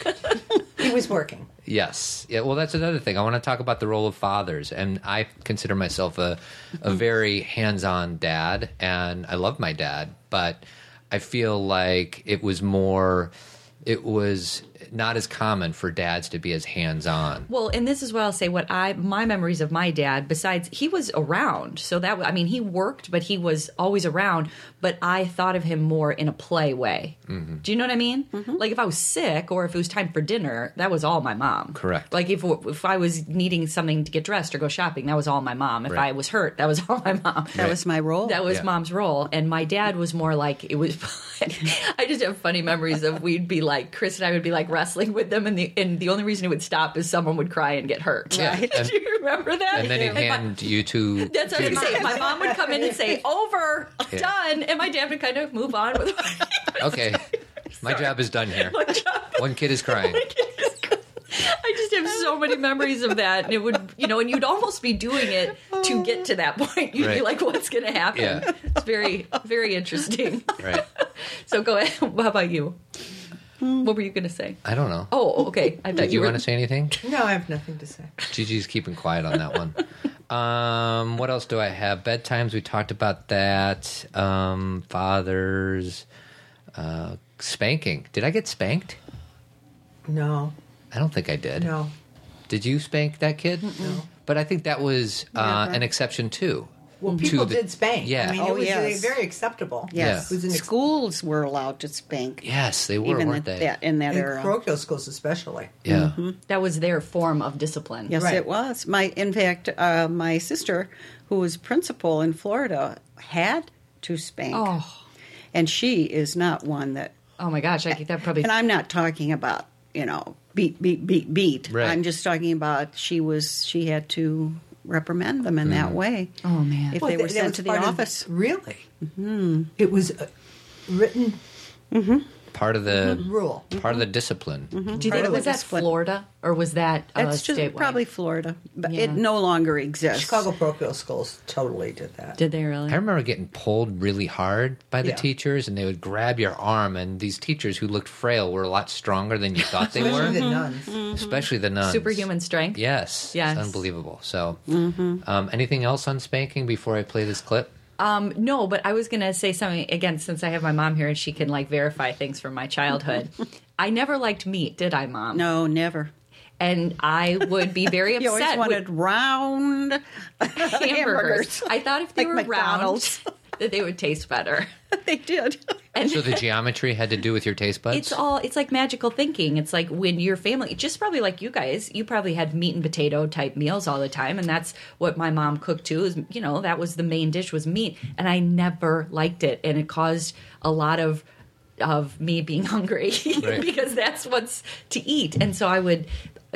[SPEAKER 4] he was working.
[SPEAKER 1] Yes. Yeah, well, that's another thing. I want to talk about the role of fathers. And I consider myself a, a very hands on dad, and I love my dad, but I feel like it was more, it was not as common for dads to be as hands on.
[SPEAKER 3] Well, and this is what I'll say. What I my memories of my dad. Besides, he was around, so that I mean, he worked, but he was always around. But I thought of him more in a play way.
[SPEAKER 1] Mm-hmm.
[SPEAKER 3] Do you know what I mean? Like if I was sick or if it was time for dinner, that was all my mom.
[SPEAKER 1] Correct.
[SPEAKER 3] Like if if I was needing something to get dressed or go shopping, that was all my mom. If
[SPEAKER 1] Right.
[SPEAKER 3] I was hurt, that was <laughs> all my mom.
[SPEAKER 5] That was my role.
[SPEAKER 3] That was
[SPEAKER 1] Yeah.
[SPEAKER 3] mom's role. And my dad was more like, it was. <laughs> I just have funny memories of we'd be like, Chris and I would be like wrestling with them, and the, and the only reason it would stop is someone would cry and get hurt.
[SPEAKER 1] Yeah.
[SPEAKER 3] Did <laughs>
[SPEAKER 1] And-
[SPEAKER 3] you remember that?
[SPEAKER 1] And then
[SPEAKER 3] <laughs>
[SPEAKER 1] he'd
[SPEAKER 3] my-
[SPEAKER 1] hand you
[SPEAKER 3] <laughs>
[SPEAKER 1] two.
[SPEAKER 3] that's what I was
[SPEAKER 1] two-
[SPEAKER 3] gonna say. My mom would come in and
[SPEAKER 1] <laughs>
[SPEAKER 3] say, "Over,
[SPEAKER 1] Yeah.
[SPEAKER 3] done," and my dad would kind of move on with. <laughs>
[SPEAKER 1] Okay. My job is done here.
[SPEAKER 3] job-
[SPEAKER 1] One kid is crying.
[SPEAKER 3] I just have so many memories of that, and it would, you know, and you'd almost be doing it to get to that point. You'd be
[SPEAKER 1] Right.
[SPEAKER 3] like, "What's going to happen?"
[SPEAKER 1] Yeah.
[SPEAKER 3] It's very, very interesting.
[SPEAKER 1] Right.
[SPEAKER 3] <laughs> So go ahead. How about you? What were you going to say?
[SPEAKER 1] I don't know.
[SPEAKER 3] Oh, okay. I thought
[SPEAKER 1] Did you
[SPEAKER 3] were-
[SPEAKER 1] want to say anything?
[SPEAKER 4] No, I have nothing to say.
[SPEAKER 1] Gigi's keeping quiet on that one. Um, what else do I have? Bedtimes. We talked about that. Um, fathers. Uh, spanking. Did I get spanked?
[SPEAKER 4] No,
[SPEAKER 1] I don't think I did.
[SPEAKER 4] no.
[SPEAKER 1] Did you spank that kid? No. But I think that was uh,
[SPEAKER 4] Never.
[SPEAKER 1] an exception too.
[SPEAKER 4] Well,
[SPEAKER 1] To
[SPEAKER 4] people
[SPEAKER 1] the-
[SPEAKER 4] did spank.
[SPEAKER 1] Yeah.
[SPEAKER 4] I mean,
[SPEAKER 5] Oh,
[SPEAKER 4] it was uh,
[SPEAKER 5] yes.
[SPEAKER 4] very acceptable.
[SPEAKER 5] Yes,
[SPEAKER 4] It was an ex-
[SPEAKER 5] schools were allowed to spank.
[SPEAKER 1] Yes, they were,
[SPEAKER 5] even
[SPEAKER 1] weren't
[SPEAKER 5] at
[SPEAKER 1] they?
[SPEAKER 5] that, in that
[SPEAKER 4] in Mm-hmm.
[SPEAKER 5] era.
[SPEAKER 4] parochial schools, especially.
[SPEAKER 1] Yeah.
[SPEAKER 3] that was their form of discipline.
[SPEAKER 5] Yes,
[SPEAKER 4] Right.
[SPEAKER 5] it was. My, in fact, uh, my sister, who was principal in Florida, had to spank,
[SPEAKER 3] Oh,
[SPEAKER 5] and she is not one that.
[SPEAKER 3] oh my gosh! I think that probably.
[SPEAKER 5] And I'm not talking about you know beat beat beat beat.
[SPEAKER 1] Right.
[SPEAKER 5] I'm just talking about she was she had to reprimand them in that way.
[SPEAKER 3] Oh, man.
[SPEAKER 5] if
[SPEAKER 4] Well,
[SPEAKER 5] they
[SPEAKER 4] th-
[SPEAKER 5] were
[SPEAKER 4] that
[SPEAKER 5] sent
[SPEAKER 4] was
[SPEAKER 5] to the
[SPEAKER 4] part of
[SPEAKER 5] office.
[SPEAKER 4] really? Mm-hmm. It was a written
[SPEAKER 1] Part of the
[SPEAKER 4] rule.
[SPEAKER 1] part of the discipline.
[SPEAKER 4] Mm-hmm.
[SPEAKER 3] do you
[SPEAKER 5] part
[SPEAKER 3] think
[SPEAKER 5] of
[SPEAKER 3] was
[SPEAKER 5] the
[SPEAKER 3] that
[SPEAKER 5] discipline.
[SPEAKER 3] Florida or was that uh,
[SPEAKER 5] That's just
[SPEAKER 3] statewide?
[SPEAKER 5] probably Florida, but it
[SPEAKER 3] Yeah.
[SPEAKER 5] no longer exists.
[SPEAKER 4] Chicago parochial schools totally did that.
[SPEAKER 3] Did they really?
[SPEAKER 1] I remember getting pulled really hard by the
[SPEAKER 4] Yeah.
[SPEAKER 1] teachers, and they would grab your arm. And these teachers who looked frail were a lot stronger than you thought they Mm-hmm.
[SPEAKER 4] Especially
[SPEAKER 1] were,
[SPEAKER 4] the nuns.
[SPEAKER 1] especially the nuns.
[SPEAKER 3] Mm-hmm. Superhuman strength.
[SPEAKER 1] Yes.
[SPEAKER 3] Yes.
[SPEAKER 1] It's unbelievable. So, um, anything else on spanking before I play this clip?
[SPEAKER 3] Um, no, but I was going to say something again since I have my mom here and she can like verify things from my
[SPEAKER 5] <laughs>
[SPEAKER 3] childhood. I never liked meat, did I, mom?
[SPEAKER 5] No, never.
[SPEAKER 3] And I would be very upset.
[SPEAKER 5] <laughs> You always
[SPEAKER 3] with-
[SPEAKER 5] wanted round <laughs> hamburgers.
[SPEAKER 3] hamburgers. I thought if they
[SPEAKER 5] Like
[SPEAKER 3] were
[SPEAKER 5] McDonald's.
[SPEAKER 3] round, that they would taste better.
[SPEAKER 5] they did.
[SPEAKER 3] And
[SPEAKER 1] So
[SPEAKER 3] <laughs>
[SPEAKER 1] the geometry had to do with your taste buds.
[SPEAKER 3] it's all it's like magical thinking. It's like when your family, just probably like you guys, you probably had meat and potato type meals all the time, and that's what my mom cooked too. Is you know that was the main dish was meat, and I never liked it, and it caused a lot of of me being <laughs> hungry
[SPEAKER 1] Right.
[SPEAKER 3] because that's what's to eat, and so I would.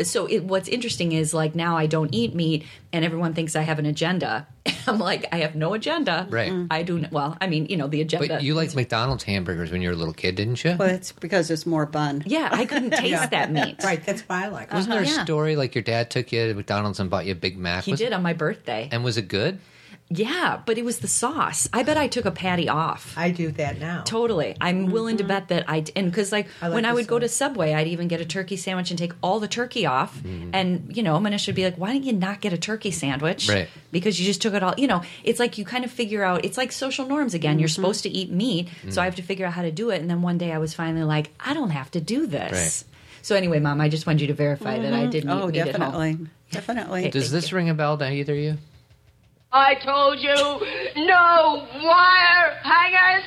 [SPEAKER 3] So it, what's interesting is like now I don't eat meat, and everyone thinks I have an agenda. <laughs> I'm like I have no agenda.
[SPEAKER 1] Right.
[SPEAKER 3] I do. n- Well, I mean, you know, the agenda.
[SPEAKER 1] But you liked McDonald's hamburgers when you were a little kid, didn't you?
[SPEAKER 5] Well, it's because it's more bun.
[SPEAKER 3] yeah, I
[SPEAKER 1] <laughs>
[SPEAKER 3] couldn't taste that meat.
[SPEAKER 4] Right, that's why I like
[SPEAKER 1] Wasn't
[SPEAKER 4] it.
[SPEAKER 1] there a
[SPEAKER 3] yeah.
[SPEAKER 1] story like your dad took you to McDonald's and bought you a Big Mac?
[SPEAKER 3] He
[SPEAKER 1] Was-
[SPEAKER 3] did on my birthday.
[SPEAKER 1] And was it good?
[SPEAKER 3] Yeah, but it was the sauce. I bet I took a patty off.
[SPEAKER 4] I do that now.
[SPEAKER 3] Totally. I'm willing to bet that I and because like,
[SPEAKER 4] like
[SPEAKER 3] when I
[SPEAKER 4] the
[SPEAKER 3] would go to
[SPEAKER 4] sauce.
[SPEAKER 3] Subway, I'd even get a turkey sandwich and take all the turkey off. And you know, Manisha would be like, "Why didn't you not get a turkey sandwich?
[SPEAKER 1] Right.
[SPEAKER 3] Because you just took it all." You know, it's like you kind of figure out. It's like social norms again. You're supposed to eat meat, so I have to figure out how to do it. And then one day, I was finally like, "I don't have to do this." So anyway, Mom, I just wanted you to verify that I didn't
[SPEAKER 5] Oh,
[SPEAKER 3] eat meat at home.
[SPEAKER 5] definitely, definitely.
[SPEAKER 1] Does this ring a bell to either of you?
[SPEAKER 6] I told you, no wire hangers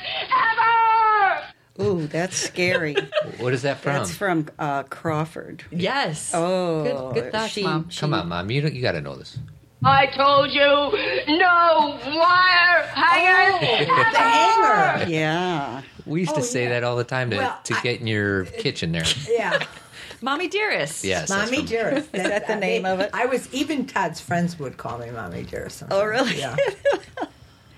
[SPEAKER 6] ever!
[SPEAKER 5] Ooh,
[SPEAKER 3] <laughs>
[SPEAKER 5] that's scary.
[SPEAKER 1] What is that from?
[SPEAKER 5] that's from uh, Crawford.
[SPEAKER 3] Yes.
[SPEAKER 5] Oh,
[SPEAKER 3] good, good thoughts,
[SPEAKER 5] she-
[SPEAKER 3] Mom.
[SPEAKER 1] Come on, mom. You don't, you got to know this.
[SPEAKER 6] I told you, no wire hangers
[SPEAKER 4] The
[SPEAKER 5] <laughs>
[SPEAKER 4] hanger.
[SPEAKER 5] Yeah,
[SPEAKER 1] We
[SPEAKER 3] Oh,
[SPEAKER 1] used to say that all the time to,
[SPEAKER 4] Well,
[SPEAKER 1] to
[SPEAKER 4] I-
[SPEAKER 1] get in your kitchen
[SPEAKER 3] <laughs>
[SPEAKER 1] there.
[SPEAKER 4] Yeah.
[SPEAKER 3] Mommy dearest.
[SPEAKER 1] Yes. that's
[SPEAKER 4] Mommy
[SPEAKER 1] from-
[SPEAKER 4] Dearest. Is
[SPEAKER 5] that the name of it?
[SPEAKER 4] I was, even Todd's friends would call me Mommy Dearest.
[SPEAKER 5] Oh, really?
[SPEAKER 4] Yeah.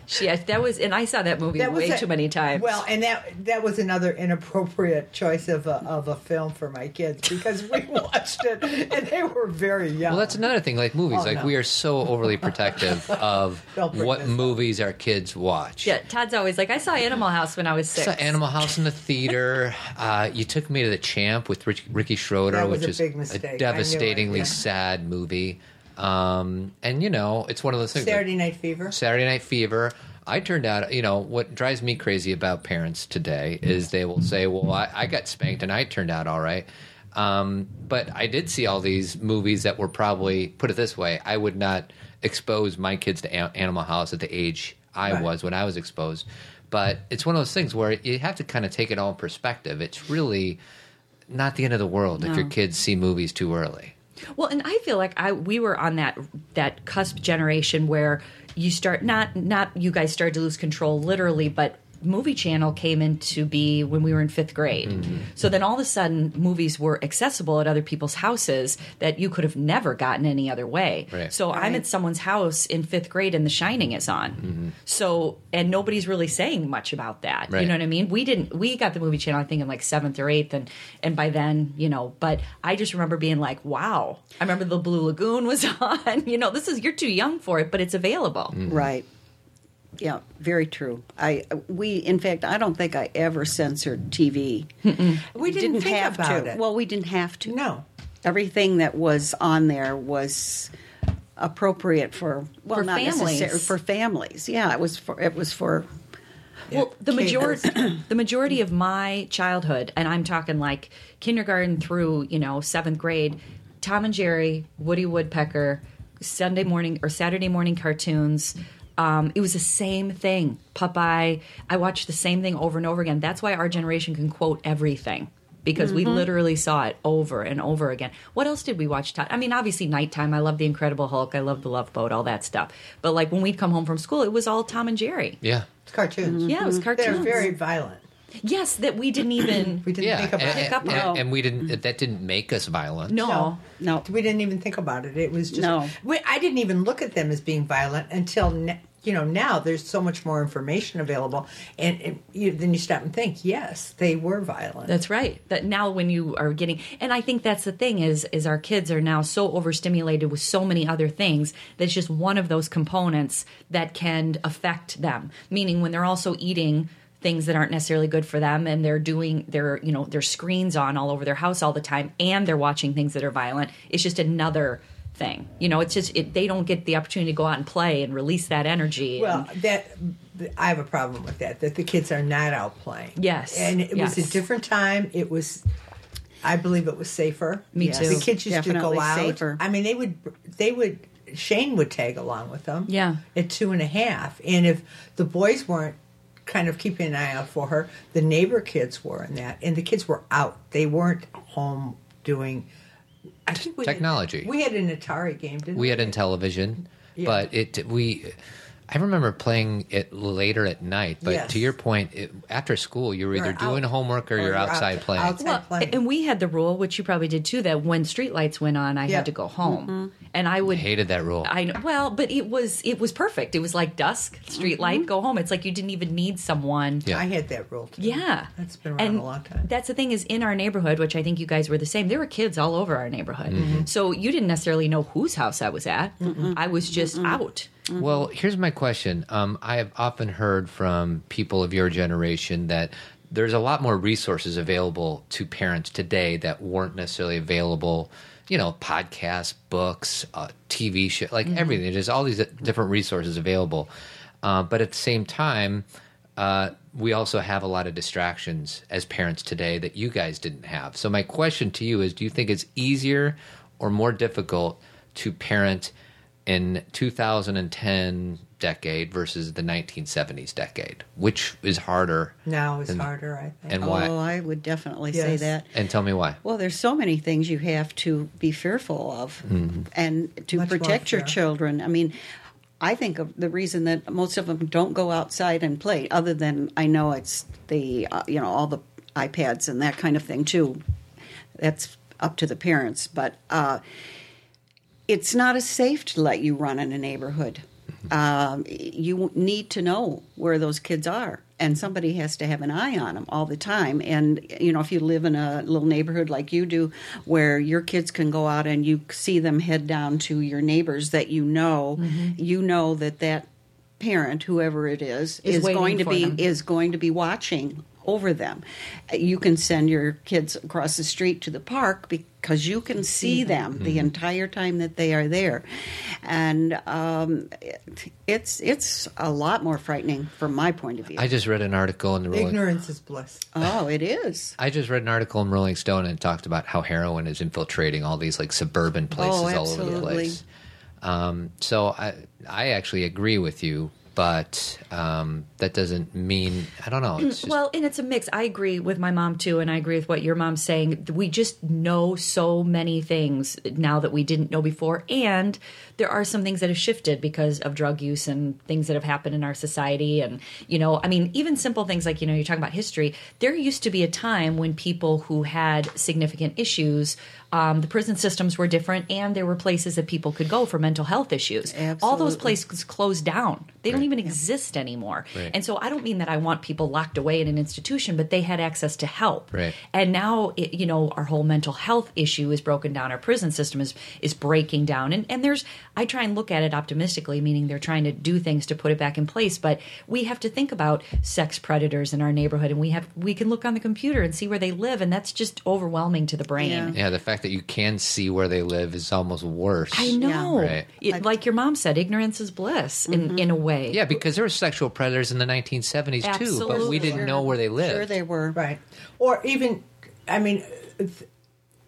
[SPEAKER 3] She that was and I saw that movie way
[SPEAKER 4] a-
[SPEAKER 3] too many times.
[SPEAKER 4] Well, and that that was another inappropriate choice of a, of a film for my kids because we <laughs> watched it and they were very young.
[SPEAKER 1] Well, that's another thing. Like movies,
[SPEAKER 4] Oh,
[SPEAKER 1] like
[SPEAKER 4] no.
[SPEAKER 1] we are so
[SPEAKER 4] <laughs>
[SPEAKER 1] overly protective of
[SPEAKER 4] Don't bring
[SPEAKER 1] what
[SPEAKER 4] this up.
[SPEAKER 1] movies our kids watch.
[SPEAKER 3] yeah, Todd's always like I saw Animal House when I was
[SPEAKER 1] I
[SPEAKER 3] six.
[SPEAKER 1] saw Animal House in the
[SPEAKER 4] <laughs>
[SPEAKER 1] theater. Uh, you took me to the Champ with Rich, Ricky Schroeder,
[SPEAKER 4] That was
[SPEAKER 1] which
[SPEAKER 4] a
[SPEAKER 1] is
[SPEAKER 4] big mistake. I knew
[SPEAKER 1] a
[SPEAKER 4] it,
[SPEAKER 1] devastatingly
[SPEAKER 4] yeah.
[SPEAKER 1] sad movie. Um, and you know, it's one of those things. like-
[SPEAKER 4] Saturday Night Fever.
[SPEAKER 1] Saturday Night Fever. I turned out, you know, what drives me crazy about parents today is they will say, well, I, I got spanked and I turned out all right. Um, but I did see all these movies that were probably, put it this way, I would not expose my kids to An- Animal House at the age I
[SPEAKER 4] Right.
[SPEAKER 1] was when I was exposed. But it's one of those things where you have to kind of take it all in perspective. It's really not the end of the world if your kids see movies too early.
[SPEAKER 3] Well, and I feel like I we were on that that cusp generation where you start not not you guys started to lose control literally, but movie channel came into be when we were in fifth grade so then all of a sudden movies were accessible at other people's houses that you could have never gotten any other way
[SPEAKER 1] Right.
[SPEAKER 3] so i'm at someone's house in fifth grade and the shining is on so and nobody's really saying much about that
[SPEAKER 1] Right.
[SPEAKER 3] you know what i mean we didn't we got the movie channel i think in like seventh or eighth and and by then you know but i just remember being like wow i remember <laughs> Mm-hmm. the blue lagoon was on you know this is you're too young for it but it's available
[SPEAKER 5] right. yeah, very true. I we in fact I don't think I ever censored TV.
[SPEAKER 4] We didn't think
[SPEAKER 5] have
[SPEAKER 4] about
[SPEAKER 5] to.
[SPEAKER 4] it.
[SPEAKER 5] Well, we didn't have to.
[SPEAKER 4] No.
[SPEAKER 5] everything that was on there was appropriate for well
[SPEAKER 3] For
[SPEAKER 5] not
[SPEAKER 3] families.
[SPEAKER 5] necessarily for families. Yeah, it was for it was for
[SPEAKER 3] Well, the
[SPEAKER 4] Okay.
[SPEAKER 3] majority, <clears throat> the majority of my childhood, and I'm talking like kindergarten through you know seventh grade, Tom and Jerry, Woody Woodpecker, Sunday morning or Saturday morning cartoons. Um, it was the same thing. Popeye. I watched the same thing over and over again. That's why our generation can quote everything because we literally saw it over and over again. What else did we watch? Todd? I mean, obviously nighttime. I love the Incredible Hulk. I love the Love Boat. All that stuff. But like when we'd come home from school, it was all Tom and Jerry.
[SPEAKER 1] Yeah.
[SPEAKER 4] It's cartoons.
[SPEAKER 3] Yeah, it was
[SPEAKER 4] They're
[SPEAKER 3] cartoons.
[SPEAKER 4] very violent.
[SPEAKER 3] Yes, that we didn't even.
[SPEAKER 4] <coughs> We didn't
[SPEAKER 1] Yeah.
[SPEAKER 4] think about
[SPEAKER 1] and,
[SPEAKER 4] it.
[SPEAKER 3] Pick up
[SPEAKER 1] and-
[SPEAKER 3] on-
[SPEAKER 1] and- and we didn't, that didn't make us violent.
[SPEAKER 3] no.
[SPEAKER 5] no.
[SPEAKER 4] We didn't even think about it. It was just
[SPEAKER 5] No.
[SPEAKER 4] we, I didn't even look at them as being violent until ne- you know now. There's so much more information available, and, and you, then you stop and think. Yes, they were violent.
[SPEAKER 3] That's right. That now when you are getting and I think that's the thing is is our kids are now so overstimulated with so many other things that's just one of those components that can affect them. Meaning when they're also eating things that aren't necessarily good for them and they're doing their you know their screens on all over their house all the time and they're watching things that are violent. It's just another thing. You know, it's just it, they don't get the opportunity to go out and play and release that energy.
[SPEAKER 4] Well,
[SPEAKER 3] and-
[SPEAKER 4] that I have a problem with that. That the kids are not out playing.
[SPEAKER 3] Yes,
[SPEAKER 4] and it was
[SPEAKER 3] yes.
[SPEAKER 4] a different time. It was, I believe, it was safer.
[SPEAKER 3] Me
[SPEAKER 5] Yes.
[SPEAKER 3] too.
[SPEAKER 4] The kids used to
[SPEAKER 5] Definitely
[SPEAKER 4] go out.
[SPEAKER 5] safer.
[SPEAKER 4] I mean, they would. They would. Shane would tag along with them.
[SPEAKER 3] Yeah.
[SPEAKER 4] at two and a half, and if the boys weren't kind of keeping an eye out for her, the neighbor kids were in that, and the kids were out. They weren't home doing. I think we had-
[SPEAKER 1] Technology.
[SPEAKER 4] we had an Atari game, didn't
[SPEAKER 1] we had in television, but it we. I remember playing it later at night, but
[SPEAKER 4] Yes.
[SPEAKER 1] to your point, it, after school you were either
[SPEAKER 4] You're
[SPEAKER 1] doing
[SPEAKER 4] out.
[SPEAKER 1] homework or,
[SPEAKER 4] Or
[SPEAKER 1] you're,
[SPEAKER 4] you're out-
[SPEAKER 1] outside playing.
[SPEAKER 4] outside.
[SPEAKER 3] Well,
[SPEAKER 4] playing.
[SPEAKER 3] and we had the rule, which you probably did too, that when streetlights went on, I
[SPEAKER 4] Yeah.
[SPEAKER 3] had to go home,
[SPEAKER 4] Mm-hmm.
[SPEAKER 3] and I would.
[SPEAKER 1] I hated that rule.
[SPEAKER 3] I know. Well, but it was it was perfect. It was like dusk, street
[SPEAKER 4] Mm-hmm.
[SPEAKER 3] light, go home. It's like you didn't even need someone.
[SPEAKER 1] Yeah.
[SPEAKER 4] I had that rule. Too.
[SPEAKER 3] Yeah.
[SPEAKER 4] that's been around
[SPEAKER 3] And
[SPEAKER 4] a long time.
[SPEAKER 3] That's the thing is in our neighborhood, which I think you guys were the same. There were kids all over our neighborhood,
[SPEAKER 4] Mm-hmm.
[SPEAKER 3] so you didn't necessarily know whose house I was at. I was just out.
[SPEAKER 1] Well, here's my question. Um, I have often heard from people of your generation that there's a lot more resources available to parents today that weren't necessarily available. You know, podcasts, books, uh, TV show, like everything. There's all these different resources available, uh, but at the same time, uh, we also have a lot of distractions as parents today that you guys didn't have. So my question to you is: Do you think it's easier or more difficult to parent in 2010 decade versus the 1970s decade? Which is harder?
[SPEAKER 4] Now is
[SPEAKER 1] And-
[SPEAKER 4] harder, I think.
[SPEAKER 1] And
[SPEAKER 5] Oh,
[SPEAKER 1] why?
[SPEAKER 5] I would definitely say
[SPEAKER 4] Yes.
[SPEAKER 5] that.
[SPEAKER 1] And tell me why.
[SPEAKER 5] Well, there's so many things you have to be fearful of and to
[SPEAKER 4] Much more
[SPEAKER 5] protect your
[SPEAKER 4] fear.
[SPEAKER 5] children. I mean, I think of the reason that most of them don't go outside and play, other than I know it's the, uh, you know, all the iPads and that kind of thing, too. That's up to the parents. But, uh, it's not as safe to let you run in a neighborhood. Um, you need to know where those kids are, and somebody has to have an eye on them all the time. And you know, if you live in a little neighborhood like you do, where your kids can go out and you see them head down to your neighbors that you know,
[SPEAKER 3] Mm-hmm.
[SPEAKER 5] you know that that parent, whoever it is,
[SPEAKER 3] Is
[SPEAKER 5] is,
[SPEAKER 3] waiting
[SPEAKER 5] going to
[SPEAKER 3] for
[SPEAKER 5] be
[SPEAKER 3] them.
[SPEAKER 5] is going to be watching over them. You can send your kids across the street to the park because you can see them the entire time that they are there, and um, it- it's it's a lot more frightening from my point of view.
[SPEAKER 1] I just read an article in the Rolling.
[SPEAKER 4] Ignorance is bliss.
[SPEAKER 5] oh, it is.
[SPEAKER 1] I just read an article in Rolling Stone and it talked about how heroin is infiltrating all these like suburban places
[SPEAKER 5] Oh,
[SPEAKER 1] all over the
[SPEAKER 5] absolutely.
[SPEAKER 1] place. Um, so I I actually agree with you, but um, that doesn't mean I don't know. It's just,
[SPEAKER 3] well, and it's a mix. I agree with my mom too, and I agree with what your mom's saying. We just know so many things now that we didn't know before, and there are some things that have shifted because of drug use and things that have happened in our society. And you know, I mean, even simple things like you know, you're talking about history. There used to be a time when people who had significant issues. Um, the prison systems were different, and there were places that people could go for mental health issues. All those
[SPEAKER 5] Absolutely.
[SPEAKER 3] places closed down They don't
[SPEAKER 1] Right.
[SPEAKER 3] even exist anymore.
[SPEAKER 1] Right.
[SPEAKER 3] And so I don't mean that I want people locked away in an institution, but they had access to help.
[SPEAKER 1] Right.
[SPEAKER 3] And now, it, you know, our whole mental health issue is broken down. Our prison system is is breaking down. And and there's, I try and look at it optimistically, meaning they're trying to do things to put it back in place. But we have to think about sex predators in our neighborhood, and we have we can look on the computer and see where they live, and that's just overwhelming to the brain.
[SPEAKER 5] Yeah.
[SPEAKER 1] Yeah, the fact that you can see where they live is almost worse.
[SPEAKER 3] I know.
[SPEAKER 1] Right.
[SPEAKER 3] It- like your mom said, ignorance is bliss in, in a way.
[SPEAKER 1] Yeah, because there were sexual predators in the 1970s too, but we
[SPEAKER 3] Absolutely.
[SPEAKER 1] didn't know where they lived.
[SPEAKER 5] Sure, they were.
[SPEAKER 4] Right. Or even, I mean,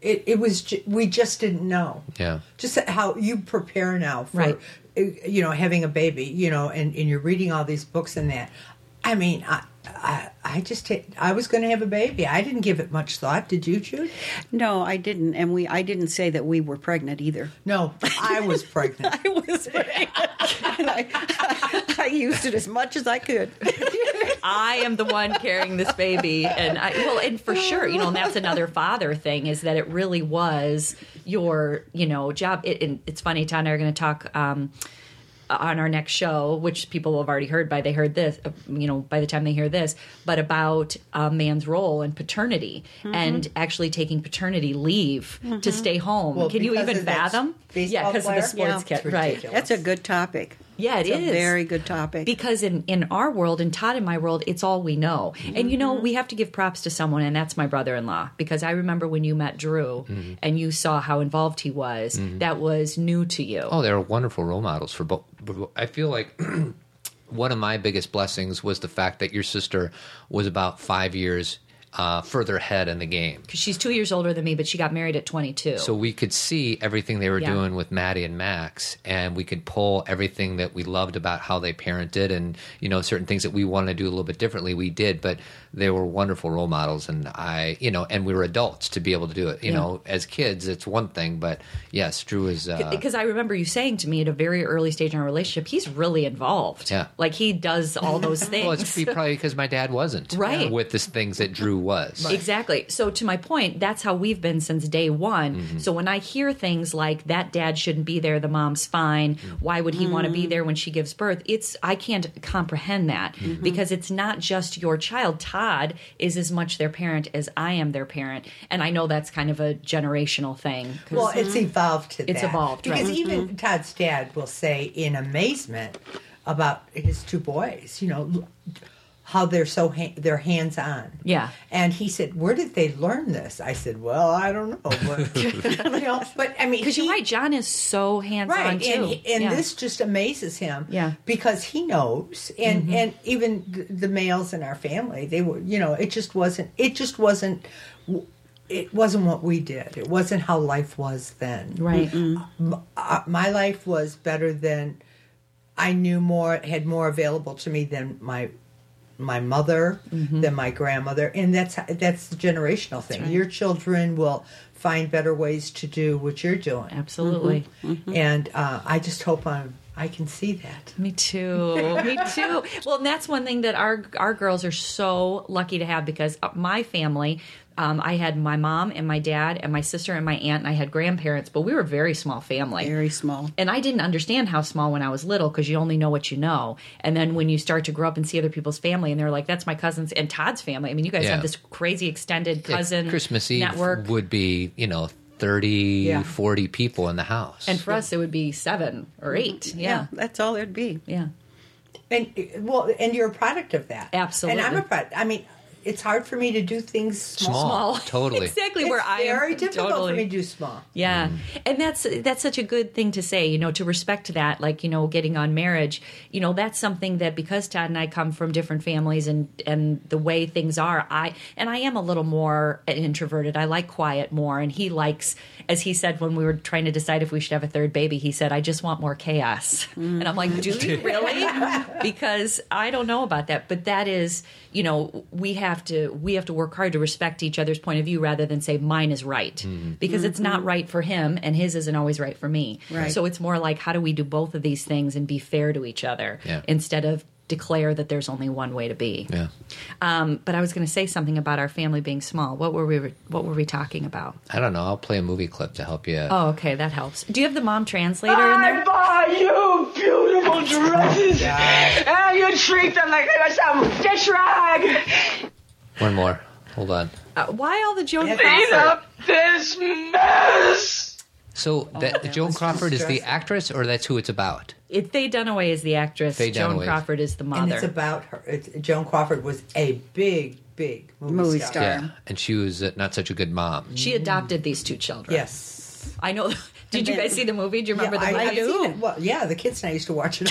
[SPEAKER 4] it, it was, ju- we just didn't know.
[SPEAKER 1] Yeah.
[SPEAKER 4] Just how you prepare now for,
[SPEAKER 3] Right.
[SPEAKER 4] uh, you know, having a baby, you know, and, and you're reading all these books and that. I mean, I, I, I just, had- I was going to have a baby. I didn't give it much thought. Did you, Jude?
[SPEAKER 5] No, I didn't, and we I didn't say that we were pregnant either. <laughs>
[SPEAKER 4] No,
[SPEAKER 3] <laughs>
[SPEAKER 4] I was pregnant.
[SPEAKER 5] I was pregnant. I, I used it as much as I could.
[SPEAKER 3] I am the one carrying this baby, and I well, and for sure, you know, and that's another father thing is that it really was your, you know, job. It, and it's funny, Todd and I are going to talk um, on our next show, which people have already heard by they heard this, uh, you know, by the time they hear this, but about a man's role in paternity
[SPEAKER 5] Mm-hmm.
[SPEAKER 3] and actually taking paternity leave to stay home.
[SPEAKER 4] Well,
[SPEAKER 3] Can you
[SPEAKER 4] because
[SPEAKER 3] even
[SPEAKER 4] of that
[SPEAKER 3] fathom?
[SPEAKER 4] baseball
[SPEAKER 3] Yeah, because of the
[SPEAKER 4] player?
[SPEAKER 3] sports
[SPEAKER 4] Yeah.
[SPEAKER 3] kit, right?
[SPEAKER 4] Ridiculous.
[SPEAKER 5] That's a good topic.
[SPEAKER 3] Yeah, it
[SPEAKER 5] it's
[SPEAKER 3] is.
[SPEAKER 5] a very good topic.
[SPEAKER 3] because in in our world in todd and my world it's all we know and you know
[SPEAKER 1] Mm-hmm.
[SPEAKER 3] we have to give props to someone and that's my brother-in-law because i remember when you met drew
[SPEAKER 1] Mm-hmm.
[SPEAKER 3] and you saw how involved he was that was new to you
[SPEAKER 1] Oh, they were wonderful role models for both. I feel like <clears throat> one of my biggest blessings was the fact that your sister was about five years uh, further ahead in the game.
[SPEAKER 3] she's two years older than me but she got married at 22
[SPEAKER 1] So uh, we could see everything they were
[SPEAKER 3] Yeah.
[SPEAKER 1] doing with Maddie and Max, and we could pull everything that we loved about how they parented, and you know certain things that we wanted to do a little bit differently. We did, but they were wonderful role models, and I, you know, and we were adults to be able to do it. You
[SPEAKER 3] Yeah.
[SPEAKER 1] know, as kids, it's one thing, but yes, Drew is. Uh,
[SPEAKER 3] because I remember you saying to me at a very early stage in our relationship, he's really involved.
[SPEAKER 1] Yeah.
[SPEAKER 3] Like he does all those
[SPEAKER 1] <laughs>
[SPEAKER 3] things.
[SPEAKER 1] well, it's be- probably because my dad wasn't uh,
[SPEAKER 3] Right.
[SPEAKER 1] with the things that Drew was.
[SPEAKER 3] Exactly. So to my point, that's how we've been since day one. So when I hear things like that dad shouldn't be there, the mom's fine, why would he want to
[SPEAKER 4] Mm-hmm.
[SPEAKER 3] be there when she gives birth? It's I can't comprehend that because it's not just your child. Todd is as much their parent as I am their parent. And I know that's kind of a generational thing. 'cause-
[SPEAKER 4] Well, it's evolved to
[SPEAKER 3] It's
[SPEAKER 4] that.
[SPEAKER 3] evolved, right. Mm-hmm.
[SPEAKER 4] Because even Todd's dad will say in amazement about his two boys, you know, l- how they're so ha- they're hands on.
[SPEAKER 3] Yeah.
[SPEAKER 4] And he said, "Where did they learn this?" I said, "Well, I don't know."
[SPEAKER 3] <laughs>
[SPEAKER 4] But, you know, but I mean,
[SPEAKER 3] because you're
[SPEAKER 4] he-
[SPEAKER 3] right, John is so hands on
[SPEAKER 4] Right,
[SPEAKER 3] too.
[SPEAKER 4] and, he- and
[SPEAKER 3] Yeah.
[SPEAKER 4] this just amazes him,
[SPEAKER 3] Yeah. Mm-hmm.
[SPEAKER 4] because he knows, and and even th- the males in our family, they were, you know, it just wasn't, it just wasn't, w- it wasn't what we did, it wasn't how life was then,
[SPEAKER 3] right.
[SPEAKER 4] m- uh, my life was better than I knew more had more available to me than my my mother
[SPEAKER 3] Mm-hmm.
[SPEAKER 4] than my grandmother and that's that's the generational thing your children will find better ways to do what you're doing
[SPEAKER 3] Absolutely. Mm-hmm.
[SPEAKER 4] and uh, I just hope I'm I can see that
[SPEAKER 3] Me too. Me
[SPEAKER 4] <laughs>
[SPEAKER 3] too. Well, and that's one thing that our our girls are so lucky to have because uh, my family, um, I had my mom and my dad and my sister and my aunt and I had grandparents, but we were a very small family.
[SPEAKER 5] very small.
[SPEAKER 3] and I didn't understand how small when I was little because you only know what you know. And then when you start to grow up and see other people's family, and they're like, "That's my cousin's and Todd's family." I mean, you guys
[SPEAKER 1] Yeah.
[SPEAKER 3] have this crazy extended
[SPEAKER 1] Yeah,
[SPEAKER 3] cousin
[SPEAKER 1] Christmas Eve
[SPEAKER 3] network.
[SPEAKER 1] would be, you know, 30,
[SPEAKER 4] Yeah.
[SPEAKER 1] 40 people in the house.
[SPEAKER 3] and for us, it would be seven or
[SPEAKER 4] Mm-hmm.
[SPEAKER 3] eight. Yeah,
[SPEAKER 5] that's all it'd be.
[SPEAKER 3] yeah.
[SPEAKER 4] and uh, well and you're a product of that
[SPEAKER 3] Absolutely.
[SPEAKER 4] and I'm a product I mean it's hard for me to do things small,
[SPEAKER 1] Small.
[SPEAKER 3] All-
[SPEAKER 1] totally.
[SPEAKER 3] <laughs> exactly
[SPEAKER 4] It's
[SPEAKER 3] where I am.
[SPEAKER 4] very difficult
[SPEAKER 3] Totally.
[SPEAKER 4] for me to do small
[SPEAKER 3] Yeah. And that's that's such a good thing to say, you know, to respect that, like, you know, getting on marriage, you know, that's something that because Todd and I come from different families and and the way things are, I and I am a little more introverted. I like quiet more and he likes as he said when we were trying to decide if we should have a third baby, he said, I just want more chaos. And I'm like, do you really? because I don't know about that, but that is, you know, we have to we have to work hard to respect each other's point of view rather than say mine is right
[SPEAKER 1] Hmm.
[SPEAKER 3] because it's
[SPEAKER 4] Mm-hmm.
[SPEAKER 3] not right for him and his isn't always right for me.
[SPEAKER 5] Right.
[SPEAKER 3] So it's more like how do we do both of these things and be fair to each other
[SPEAKER 1] Yeah.
[SPEAKER 3] instead of declare that there's only one way to be.
[SPEAKER 1] yeah.
[SPEAKER 3] Um, but I was going to say something about our family being small. What were we what were we talking about?
[SPEAKER 1] I don't know. I'll play a movie clip to help you.
[SPEAKER 3] Oh, okay, that helps. Do you have the mom translator in
[SPEAKER 6] I
[SPEAKER 3] there?
[SPEAKER 6] buy you beautiful beautiful dresses. Ah, you treat them like they were some ditch rag.
[SPEAKER 1] One more. Hold on.
[SPEAKER 3] Uh, why all the Joan
[SPEAKER 6] Clean
[SPEAKER 3] Crawford?
[SPEAKER 6] up this mess.
[SPEAKER 1] So that Joan Crawford is the actress, or that's who it's about.
[SPEAKER 3] It, Faye Dunaway is the actress.
[SPEAKER 1] Faye
[SPEAKER 3] Joan
[SPEAKER 1] Dunaway.
[SPEAKER 3] Crawford is the
[SPEAKER 4] And it's
[SPEAKER 3] mother.
[SPEAKER 4] about her. It's, Joan Crawford was a big, big movie,
[SPEAKER 5] Movie
[SPEAKER 4] star.
[SPEAKER 5] star.
[SPEAKER 1] Yeah,
[SPEAKER 5] Darn.
[SPEAKER 1] and she was uh, not such a good mom.
[SPEAKER 3] she adopted these two children.
[SPEAKER 4] Yes.
[SPEAKER 3] I know. <laughs> Did you
[SPEAKER 5] then-
[SPEAKER 3] guys see the movie? Do you remember
[SPEAKER 4] I,
[SPEAKER 3] the
[SPEAKER 4] I've
[SPEAKER 3] movie?
[SPEAKER 4] seen it. Well, yeah, the kids and I used to watch
[SPEAKER 5] <laughs>
[SPEAKER 4] it.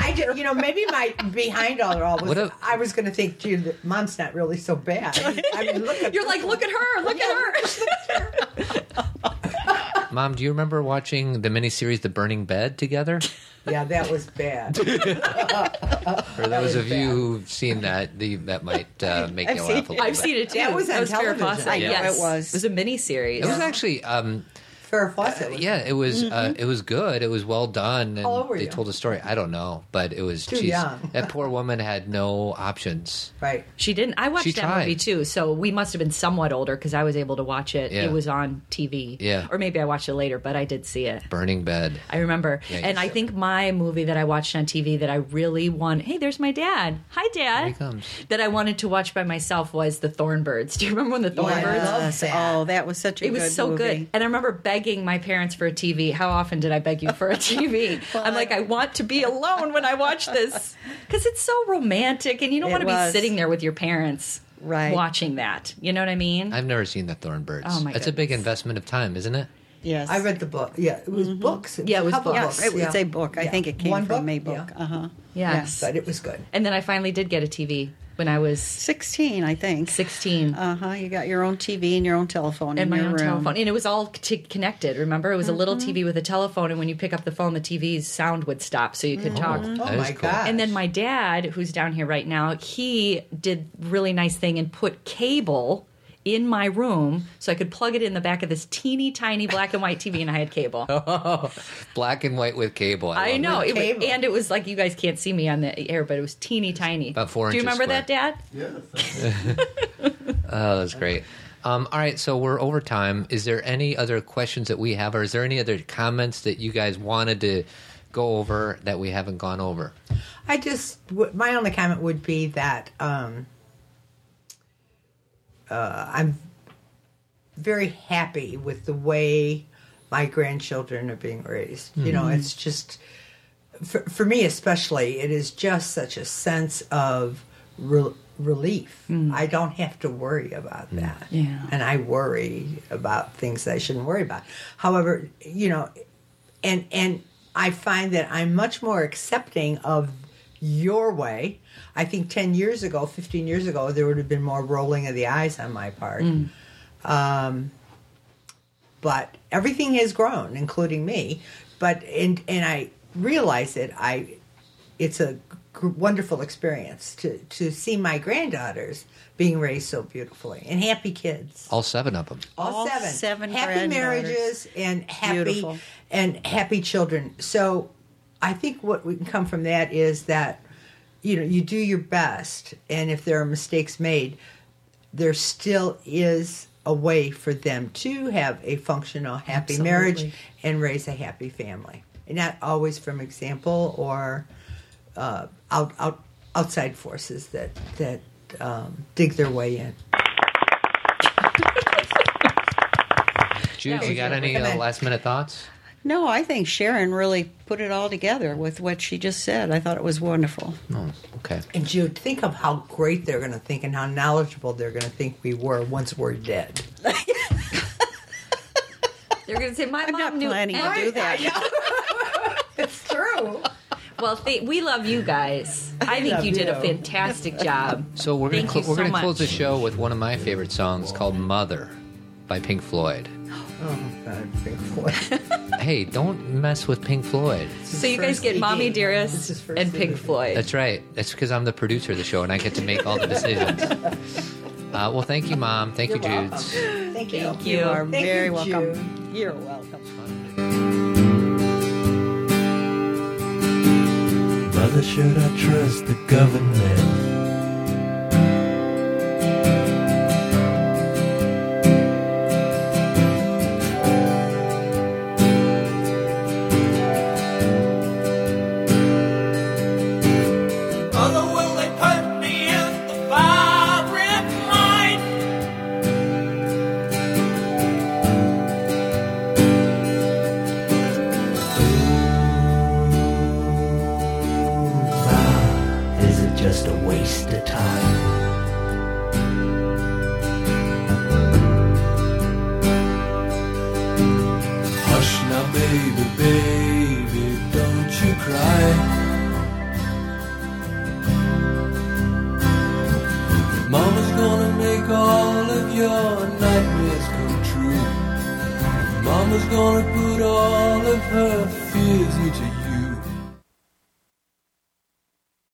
[SPEAKER 4] I did, you know, maybe my behind all all was
[SPEAKER 1] What a-
[SPEAKER 4] I was going to think, gee, the mom's not really so bad. I mean, look at
[SPEAKER 3] You're like, look at her, look at her.
[SPEAKER 1] Mom, do you remember watching the miniseries "The Burning Bed" together?
[SPEAKER 4] yeah, that was bad.
[SPEAKER 1] For those of
[SPEAKER 4] bad.
[SPEAKER 1] you who've seen that, the, that might uh, make you
[SPEAKER 5] seen
[SPEAKER 1] laugh a little
[SPEAKER 3] I've
[SPEAKER 1] bit.
[SPEAKER 3] seen it too.
[SPEAKER 4] That was on
[SPEAKER 3] Farrah
[SPEAKER 4] television.
[SPEAKER 3] Fawcett,
[SPEAKER 5] I know
[SPEAKER 3] yes.
[SPEAKER 5] it was.
[SPEAKER 3] It was a mini series.
[SPEAKER 1] It was actually, um,
[SPEAKER 4] Farrah Fawcett. was-
[SPEAKER 1] yeah, it was uh, it was good. It was well done. And
[SPEAKER 4] How old were
[SPEAKER 1] they
[SPEAKER 4] you?
[SPEAKER 1] told a story. I don't know, but it was
[SPEAKER 4] Too
[SPEAKER 1] geez,
[SPEAKER 4] young.
[SPEAKER 1] That poor woman had no options.
[SPEAKER 4] Right.
[SPEAKER 3] She didn't. I watched
[SPEAKER 1] She
[SPEAKER 3] that
[SPEAKER 1] tried.
[SPEAKER 3] movie too, so we must have been somewhat older because I was able to watch it.
[SPEAKER 1] Yeah.
[SPEAKER 3] It was on TV.
[SPEAKER 1] Yeah.
[SPEAKER 3] Or maybe I watched it later, but I did see it.
[SPEAKER 1] Burning Bed.
[SPEAKER 3] I remember.
[SPEAKER 1] Yeah, you
[SPEAKER 3] and I
[SPEAKER 1] said.
[SPEAKER 3] think my movie that I watched on TV that I really want hey, there's my dad. Hi dad.
[SPEAKER 1] Here he comes.
[SPEAKER 3] That I wanted to watch by myself was The Thornbirds. Do you remember when the Thornbirds?
[SPEAKER 5] Yes. Oh, that was such a
[SPEAKER 3] It was
[SPEAKER 5] good
[SPEAKER 3] so
[SPEAKER 5] movie.
[SPEAKER 3] good. And I remember begging my parents for a TV. How often did I beg you
[SPEAKER 5] <laughs>
[SPEAKER 3] for a TV? I'm like, I want to be alone when I watch
[SPEAKER 5] <laughs>
[SPEAKER 3] this because it's so romantic and you don't
[SPEAKER 5] It
[SPEAKER 3] want to be
[SPEAKER 5] was.
[SPEAKER 3] sitting there with your parents
[SPEAKER 5] Right.
[SPEAKER 3] watching that. You know what I mean?
[SPEAKER 1] I've never seen the Thornbirds.
[SPEAKER 3] Oh, my
[SPEAKER 1] That's a big
[SPEAKER 3] goodness.
[SPEAKER 1] investment of time, isn't it?
[SPEAKER 5] Yes.
[SPEAKER 4] I read the book. Yeah, it was books.
[SPEAKER 3] Mm-hmm. Yeah, it was
[SPEAKER 4] a couple
[SPEAKER 3] books.
[SPEAKER 4] books.
[SPEAKER 5] It was
[SPEAKER 4] yeah.
[SPEAKER 5] a book. I
[SPEAKER 4] Yeah.
[SPEAKER 5] think it came
[SPEAKER 4] One
[SPEAKER 5] from
[SPEAKER 4] book,
[SPEAKER 5] a book.
[SPEAKER 4] yeah.
[SPEAKER 5] Uh huh.
[SPEAKER 3] yes.
[SPEAKER 4] But it was good.
[SPEAKER 3] And then I finally did get a TV when I was
[SPEAKER 5] 16, I think.
[SPEAKER 3] 16.
[SPEAKER 5] Uh huh. You got your own TV and your own telephone in
[SPEAKER 3] and my
[SPEAKER 5] your
[SPEAKER 3] own
[SPEAKER 5] room. Mm-hmm.
[SPEAKER 3] telephone, and it was all t- connected. Remember, it was a little TV with a telephone, and when you pick up the phone, the TV's sound would stop, so you could talk.
[SPEAKER 4] Oh
[SPEAKER 1] That is
[SPEAKER 4] my
[SPEAKER 1] cool.
[SPEAKER 4] god!
[SPEAKER 3] And then my dad, who's down here right now, he did really nice thing and put cable in my room so I could plug it in the back of this teeny tiny black and white TV and I had cable.
[SPEAKER 1] Oh. Black and white with cable.
[SPEAKER 3] I
[SPEAKER 1] love
[SPEAKER 3] know.
[SPEAKER 1] it.
[SPEAKER 3] It was-
[SPEAKER 4] Cable.
[SPEAKER 3] and it was like you guys can't see me on the air, but it was teeny tiny.
[SPEAKER 1] About four
[SPEAKER 3] Do you
[SPEAKER 1] inches
[SPEAKER 3] remember that, Dad?
[SPEAKER 1] Oh, that's great. Um, all right, so we're over time. Is there any other questions that we have, or is there any other comments that you guys wanted to go over that we haven't gone over?
[SPEAKER 4] I just w- my only comment would be that um, uh, I'm very happy with the way my grandchildren are being raised. You know, it's just for, for me especially, it is just such a sense of re- relief. I don't have to worry about that.
[SPEAKER 3] Yeah.
[SPEAKER 4] And I worry about things that I shouldn't worry about. However, you know, and and I find that I'm much more accepting of your way. I think 10 years ago, 15 years ago, there would have been more rolling of the eyes on my part. Um, but everything has grown, including me. But and and I realize it. I it's a g- wonderful experience to to see my granddaughters being raised so beautifully and happy kids.
[SPEAKER 1] All seven of them.
[SPEAKER 4] All,
[SPEAKER 5] All
[SPEAKER 4] seven,
[SPEAKER 5] seven
[SPEAKER 4] happy
[SPEAKER 5] granddaughters.
[SPEAKER 4] marriages and happy
[SPEAKER 5] Beautiful.
[SPEAKER 4] and happy children. So I think what we can come from that is that you know you do your best, and if there are mistakes made, there still is a way for them to have a functional, happy marriage and raise a happy family, and not always from example or uh, out, out outside forces that that um, dig their way in.
[SPEAKER 1] Jude, you got any
[SPEAKER 4] Come
[SPEAKER 1] uh,
[SPEAKER 4] in.
[SPEAKER 1] last minute thoughts?
[SPEAKER 5] No, I think Sharon really put it all together with what she just said. I thought it was wonderful.
[SPEAKER 1] No. Okay.
[SPEAKER 4] And Jude, think of how great they're going to think and how knowledgeable they're going to think we were once we're dead.
[SPEAKER 3] They're going to say, My mom
[SPEAKER 5] not
[SPEAKER 3] knew
[SPEAKER 5] planning to
[SPEAKER 3] everything." <laughs>
[SPEAKER 5] do that.
[SPEAKER 4] It's true.
[SPEAKER 3] Well, th- we love you guys. I think you did a fantastic job.
[SPEAKER 1] So we're gonna
[SPEAKER 3] Thank
[SPEAKER 1] clo-
[SPEAKER 3] you
[SPEAKER 1] we're
[SPEAKER 3] so
[SPEAKER 1] gonna
[SPEAKER 3] much.
[SPEAKER 1] close the show with one of my favorite songs called "Mother" by Pink Floyd.
[SPEAKER 4] Oh, God, Pink
[SPEAKER 3] <laughs>
[SPEAKER 4] Floyd.
[SPEAKER 1] hey, don't mess with Pink Floyd.
[SPEAKER 3] So you guys
[SPEAKER 4] First
[SPEAKER 3] get
[SPEAKER 4] CD.
[SPEAKER 3] Mommy
[SPEAKER 4] This is
[SPEAKER 3] Dearest
[SPEAKER 4] first E
[SPEAKER 3] and Pink
[SPEAKER 4] CD.
[SPEAKER 3] Floyd.
[SPEAKER 1] That's right. That's because I'm the producer of the show and I get to make all the
[SPEAKER 3] <laughs>
[SPEAKER 1] decisions. Uh, well, thank you, Mom. Thank you,
[SPEAKER 4] You're
[SPEAKER 1] Judes.
[SPEAKER 4] Thank you.
[SPEAKER 3] Thank you.
[SPEAKER 5] You are
[SPEAKER 4] Thank
[SPEAKER 5] very
[SPEAKER 4] you,
[SPEAKER 5] welcome.
[SPEAKER 4] Jude.
[SPEAKER 5] You're welcome.
[SPEAKER 7] Mother, should I trust the government? make all of your nightmares come true. Mama's gonna put all of her fears into you.